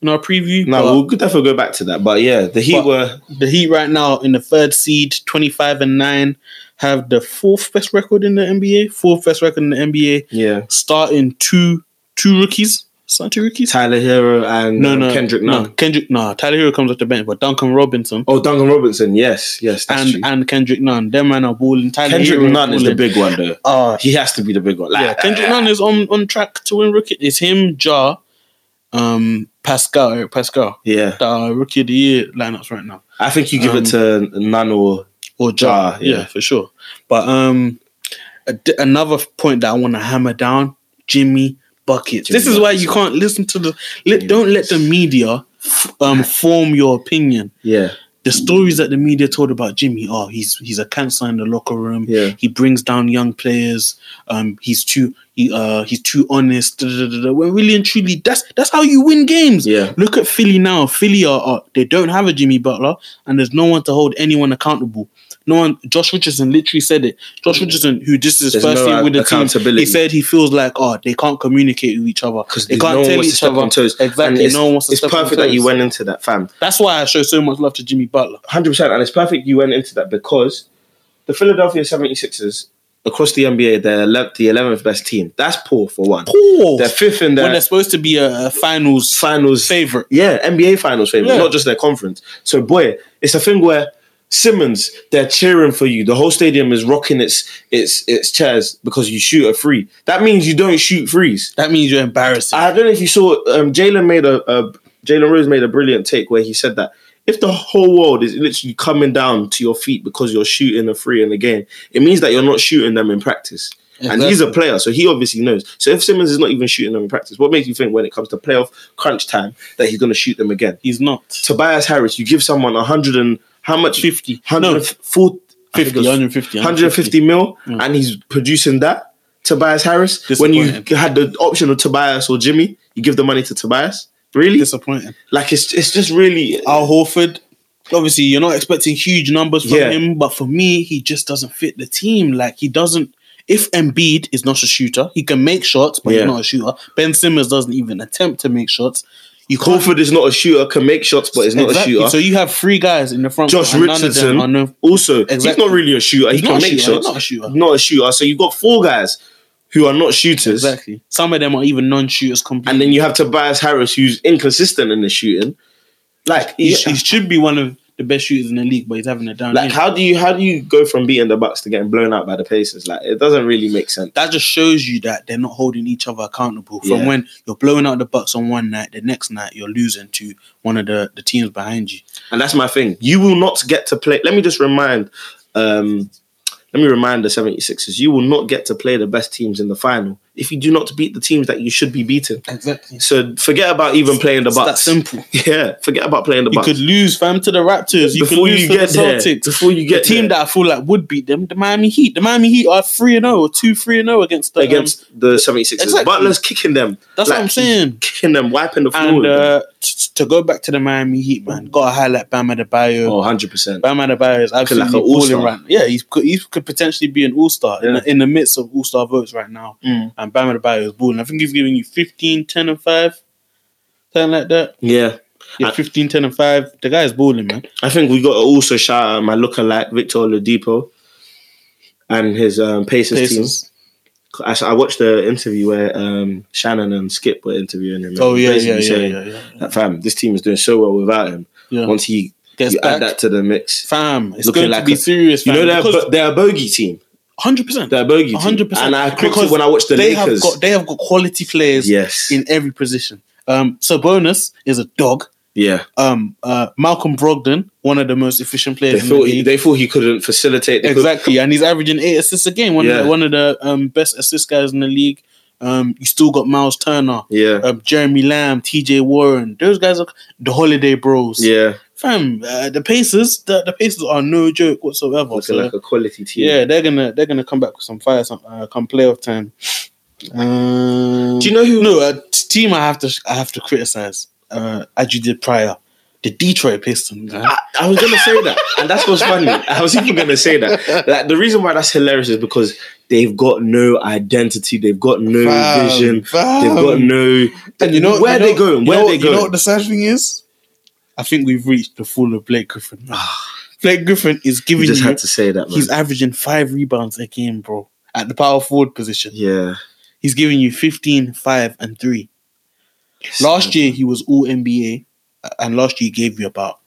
in our preview. No, But we'll definitely go back to that. But yeah, the Heat But- were the Heat right now in the third seed, twenty five and nine, have the fourth best record in the NBA. Fourth best record in the NBA, yeah. starting two two rookies. Starting two rookies. Tyler Hero and No, um, no, Kendrick no, Nunn. Kendrick, no. Tyler Hero comes off the bench, but Duncan Robinson Oh, Duncan Robinson. Yes, yes, that's and true. and Kendrick Nunn, them man are balling. Tyler Kendrick Hero Nunn is the balling. big one, though. Uh, He has to be the big one. Like, yeah, Kendrick Nunn is on on track to win rookie. It's him, Ja, um, Pascal, Eric Pascal. Yeah, that are uh, rookie of the year lineups right now. I think you give it Um, to Nunn or Or Ja, Ja, yeah. yeah. for sure. But um, a d- another point that I want to hammer down: Jimmy Buckets. Jimmy this is why you can't listen to the. Let, don't let the media f- um form your opinion. yeah, The stories that the media told about Jimmy, oh, he's he's a cancer in the locker room. Yeah. He brings down young players. Um, he's too he uh he's too honest. Da, da, da, da. Well, really and truly, that's that's how you win games. yeah, Look at Philly now. Philly are, are they don't have a Jimmy Butler, and there's no one to hold anyone accountable. No one. Josh Richardson literally said it. Josh Richardson, who this is his There's first no year with the team, accountability. he said he feels like oh they can't communicate with each other because they can't no one tell wants to each step other on toes. And exactly. it's, No one wants to it's step on perfect that you toes. went into that, fam. That's why I show so much love to Jimmy Butler. Hundred percent, and it's perfect you went into that because the Philadelphia 76ers, across the NBA, they're ele- the eleventh best team. That's poor for one. Cool. They're fifth in when their they're supposed to be a, a finals finals favorite. Yeah, NBA finals favorite, Yeah. not just their conference. So boy, it's a thing where Simmons, they're cheering for you. The whole stadium is rocking its its its chairs because you shoot a free. That means you don't shoot threes. That means you're embarrassing. I don't know if you saw um, Jalen made a, a Jalen Rose made a brilliant take where he said that if the whole world is literally coming down to your feet because you're shooting a three in the game, it means that you're not shooting them in practice. And he's a player, so he obviously knows. So if Simmons is not even shooting them in practice, what makes you think when it comes to playoff crunch time that he's going to shoot them again? he's not Tobias Harris, you give someone a hundred and how much? fifty. No, 100, full- I think it 50, was 150, 150 mil, Mm. and he's producing that. Tobias Harris, when you Disappointing. had the option of Tobias or Jimmy, you give the money to Tobias. Really? Disappointing. like it's it's just really Al Horford. Obviously, you're not expecting huge numbers from Yeah. him, but for me, he just doesn't fit the team. Like he doesn't. If Embiid is not a shooter, he can make shots, but Yeah. he's not a shooter. Ben Simmons doesn't even attempt to make shots. You can't. Crawford is not a shooter, can make shots, but is not Exactly. a shooter. So you have three guys in the front. Josh court, and none of them Richardson, are no- also, he's Exactly. not really a shooter. He's he not can a make shooter, shots. he's not a shooter. Not a shooter. So you've got four guys who are not shooters. exactly. Some of them are even non-shooters. Completely. And then you have Tobias Harris, who's inconsistent in the shooting. Like he, yeah. he should be one of the best shooters in the league, but he's having a down Like year. how do you how do you go from beating the Bucks to getting blown out by the Pacers? Like it doesn't really make sense. that just shows you that they're not holding each other accountable. From Yeah. when you're blowing out the Bucks on one night, the next night you're losing to one of the, the teams behind you. And that's my thing. You will not get to play. Let me just remind um let me remind the 76ers, you will not get to play the best teams in the final if you do not beat the teams that you should be beating. Exactly. So forget about even playing the It's that Bucks. simple. Yeah, forget about playing the You Bucks. could lose, fam, to the Raptors. You Before could lose you to get the there. Celtics. Before you get the team there. that I feel like would beat them, the Miami Heat. The Miami Heat are three and zero, two three and zero against the um, against the 76ers. exactly. Butler's kicking them. That's what I'm saying. Kicking them, wiping the floor. and with them. uh, t- to go back to the Miami Heat, man, gotta highlight Bam Adebayo. oh, 100%. Bam Adebayo is absolutely an all-star. balling right. Yeah, he's, could- he could potentially be an all star in, the, in the midst of all star votes right now. Mm. And Bam Adebayo is balling. I think he's giving you 15, 10, and five, something like that. Yeah. Yeah, And- 15, 10, and five. The guy is balling, man. I think we got to also shout out my lookalike, Victor Oladipo, and his um, Pacers, Pacers. team. I, I watched the interview where um, Shannon and Skip were interviewing him. Oh and yeah, yeah, basically yeah, saying yeah, yeah. that, fam, this team is doing so well without him. Yeah. Once he Gets you back, add that to the mix, fam. It's looking going like to be a- serious. you Fam, know they're a, bo- they're a bogey team. hundred percent. They're a bogey team. 100%. And I clicked it Because when I watched the they Lakers. Have got, they have got quality players yes. in every position. Um, so bonus is a dog. yeah. Um, uh, Malcolm Brogdon, one of the most efficient players. They in the thought he, league. they thought he couldn't facilitate. They couldn't- exactly, and he's averaging eight assists a game. One Yeah. of the, one of the um, best assist guys in the league. Um, you still got Miles Turner, Yeah. um, Jeremy Lamb, T.J. Warren. Those guys are the Holiday Bros. Yeah. Fam, uh, the Pacers, the, the Pacers are no joke whatsoever. Looking So, like a quality team. yeah, they're gonna they're gonna come back with some fire some, uh, come playoff time. Um, Do you know who? no, a t- team I have to I have to criticize uh, as you did prior, the Detroit Pistons. man. I, I was gonna say that, and that's what's funny. I was even gonna say that. Like the reason why that's hilarious is because they've got no identity, they've got no Fam, vision, fam. they've got no. and you know where you know- they going? you Where know- they You know going? what the sad thing is? I think we've reached the full of Blake Griffin. man. Blake Griffin is Ah. You giving you. just had to say that, man. he's averaging five rebounds a game, bro. At the power forward position, yeah. he's giving you 15, 5, and 3. Last year he was all NBA, uh, and last year he gave you about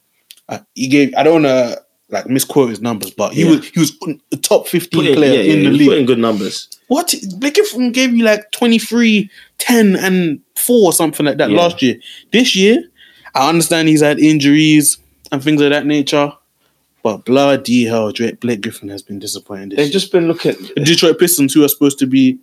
uh, he gave I don't wanna like misquote his numbers, but he Yeah. was he was on- a top fifteen Put in- player yeah, in yeah, the he's league. putting good numbers. what Blake Griffin gave you like 23, 10, and four or something like that Yeah. last year. This year, I understand he's had injuries and things of that nature. But bloody hell, Drake Blake Griffin has been disappointing this They've year. just been looking. The Detroit Pistons, who are supposed to be,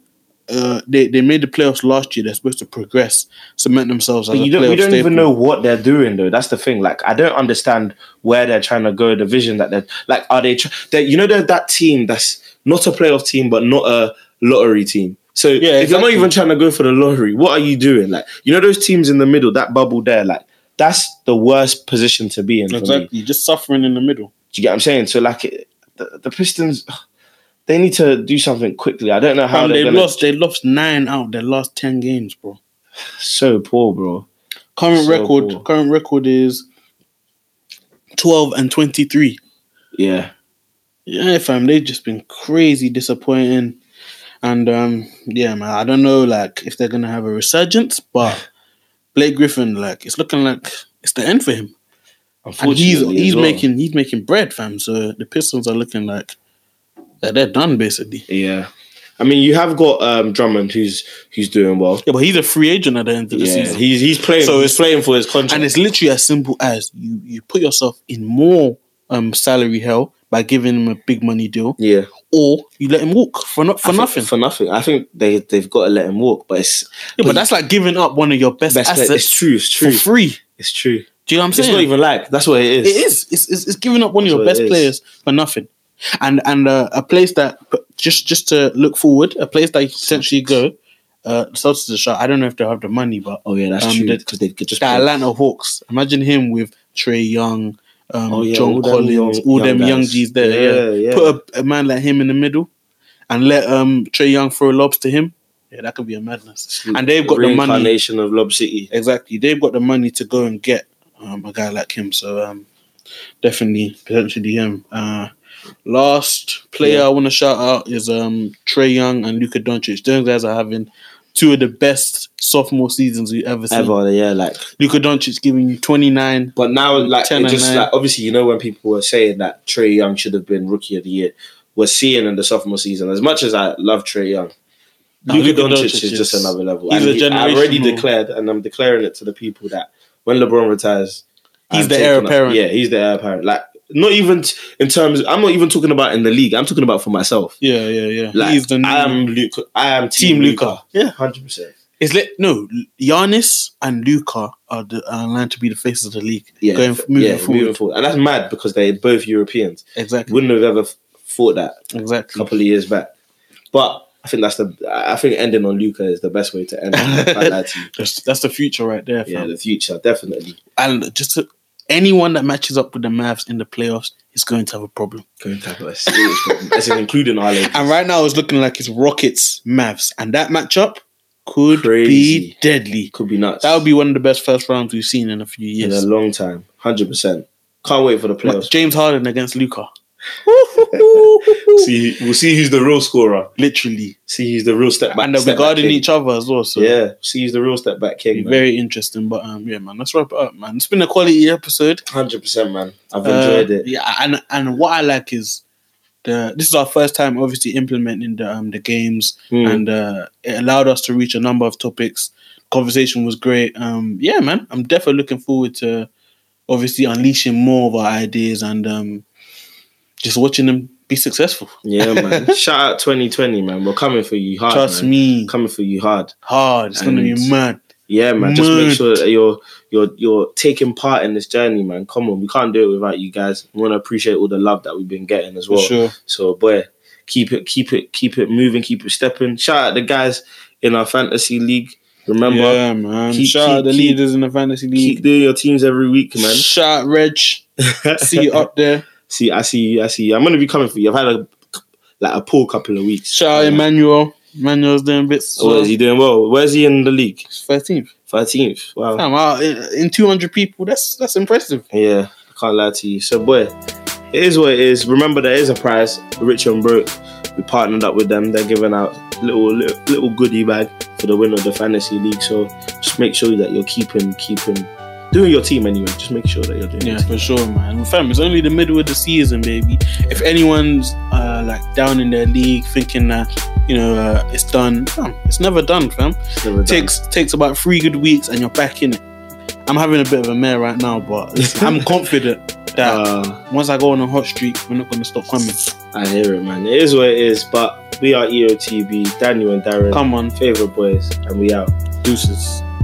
uh, they they made the playoffs last year. They're supposed to progress, cement themselves as But a you don't, playoff we don't staple. even know what they're doing though. That's the thing. Like, I don't understand where they're trying to go. The vision that they're like, are they? Tr- they you know, they're that team that's not a playoff team, but not a lottery team. So Yeah, if you're not exactly. even trying to go for the lottery, what are you doing? Like, you know, those teams in the middle, that bubble there, like that's the worst position to be in. for me. Exactly, just suffering in the middle. Do you get what I'm saying? So like, it, the, the Pistons, they need to do something quickly. I don't know how Fam, they're they gonna- lost. They lost nine out of their last ten games, bro. So poor, bro. Current So record. poor. Current record is twelve and twenty three. Yeah. Yeah, fam, they've just been crazy disappointing. And um, yeah, man, I don't know like if they're gonna have a resurgence, but Blake Griffin, like, it's looking like it's the end for him. And he's Unfortunately as he's well. making he's making bread, fam. So the Pistons are looking like that they're done basically. Yeah. I mean, you have got um, Drummond, who's who's doing well. Yeah, but he's a free agent at the end of the Yeah, season. he's he's playing. So So he's it's- playing for his contract. and it's literally as simple as you you put yourself in more um salary hell by giving him a big money deal, yeah, or you let him walk for not for I think- nothing. For nothing. I think they they've got to let him walk, but it's Yeah, but that's like giving up one of your best, best. assets Play. It's true. It's for true. free. It's true. Do you know what I'm It's saying? not even like that's what it is. it is. It's, it's, it's giving up one of That's your what it best is. players for nothing. And and uh, a place that but just just to look forward, a place that you potentially go, uh, the Celtics are shot. I don't know if they have the money, but Oh yeah, that's Um, true. the- Because they could just the play- Atlanta Hawks. Imagine him with Trey Young, um, Oh, yeah, John all them Collins, young- all young them young guys. G's there. Yeah, Yeah, yeah. Put a, a man like him in the middle, and let um Trey Young throw lobs to him. Yeah, that could be a madness. And they've got the money. Reincarnation of Lob City. Exactly. They've got the money to go and get um, a guy like him. So um, definitely, potentially him. Uh, last player Yeah. I want to shout out is um, Trey Young and Luka Doncic. Those guys are having two of the best sophomore seasons we've ever seen. Ever, yeah, like. Luka Doncic giving you 29. But now, like, 10 it and just nine. like obviously, you know, when people were saying that Trey Young should have been Rookie of the Year, we're seeing in the sophomore season. As much as I love Trey Young, No, Luka Luka Doncic Doncic is just is- another level. he's And a he- I've already generational- declared, and I'm declaring it to the people that when LeBron retires, He's I'm the taking heir up- apparent. yeah, he's the heir apparent. Like not even t- in terms. I'm not even talking about in the league. I'm talking about for myself. Yeah, yeah, yeah. Like, um, He's the new I am Luca. I am team Luca. Yeah, hundred percent. it's lit. No, Giannis and Luca are, the, are aligned to be the faces of the league. Yeah, going f- moving yeah, forward. moving forward, and that's mad because they're both Europeans. Exactly, Wouldn't have ever f- thought that a exactly. couple of years back, but. I think that's the. I think ending on Luca is the best way to end. I can't lie to you. That's, that's the future right there. Yeah, Fam. the future definitely And just to- anyone that matches up with the Mavs in the playoffs is going to have a problem. going to have a serious problem. As in including Ireland. And right now, it's looking like it's Rockets Mavs, and that matchup could Crazy. be deadly. could be nuts. That would be one of the best first rounds we've seen in a few in a years. long time. Hundred percent. Can't wait for the Ma- playoffs. James Harden against Luca, See, we'll see who's the real scorer. literally, See who's the real step back. and they'll be step back guarding king. each other as well. So Yeah, see who's the real step back Be king. very interesting. But um, yeah, man, let's wrap it up, man. It's been a quality episode. Hundred percent, man. I've Uh, enjoyed it. Yeah, and and what I like is the this is our first time obviously implementing the um the games Mm. and uh, it allowed us to reach a number of topics. Conversation was great. Um, yeah, man, I'm definitely looking forward to obviously unleashing more of our ideas and um, just watching them be successful. Yeah, man. Shout out 2020, man. We're coming for you hard. Trust man. me, coming for you hard. hard. It's gonna be And- mad. Yeah, man. Just make Mad. sure that you're you're you're taking part in this journey, man. Come on, we can't do it without you guys. We want to appreciate all the love that we've been getting as For well. sure. So boy, keep it, keep it, keep it moving, keep it stepping. Shout out the guys in our fantasy league. Remember, yeah, man. keep- Shout out keep- the keep- leaders in the fantasy league. keep doing your teams every week, man. Shout out Reg. See uh, you up there. see, I see you, I see you. I'm gonna be coming for you. I've had a like a poor couple of weeks. Shout out Emmanuel. Emmanuel's doing bits. as Oh, well. is he doing well? Where's he in the league? He's 13th. 13th. Wow. Damn, wow, in, in 200 people, that's that's impressive. Yeah, I can't lie to you. So, boy, it is what it is. Remember, there is a prize. Rich and Broke, we partnered up with them. They're giving out little little, little goodie bag for the winner of the fantasy league. So, just make sure that you're keeping keeping doing your team anyway. Just make sure that you're doing. Yeah, your team. for sure, man. Fam, it's only the middle of the season, baby. If anyone's uh, like down in their league, thinking that you know uh, it's done, fam, it's never done, fam. It's never done. Takes takes about three good weeks, and you're back in it. I'm having a bit of a mare right now, but listen, I'm confident that Uh, once I go on a hot streak, we're not gonna stop coming. I hear it, man. It is what it is. E But we are EOTB, Daniel and Darren, Come on, favorite boys, and we out. deuces.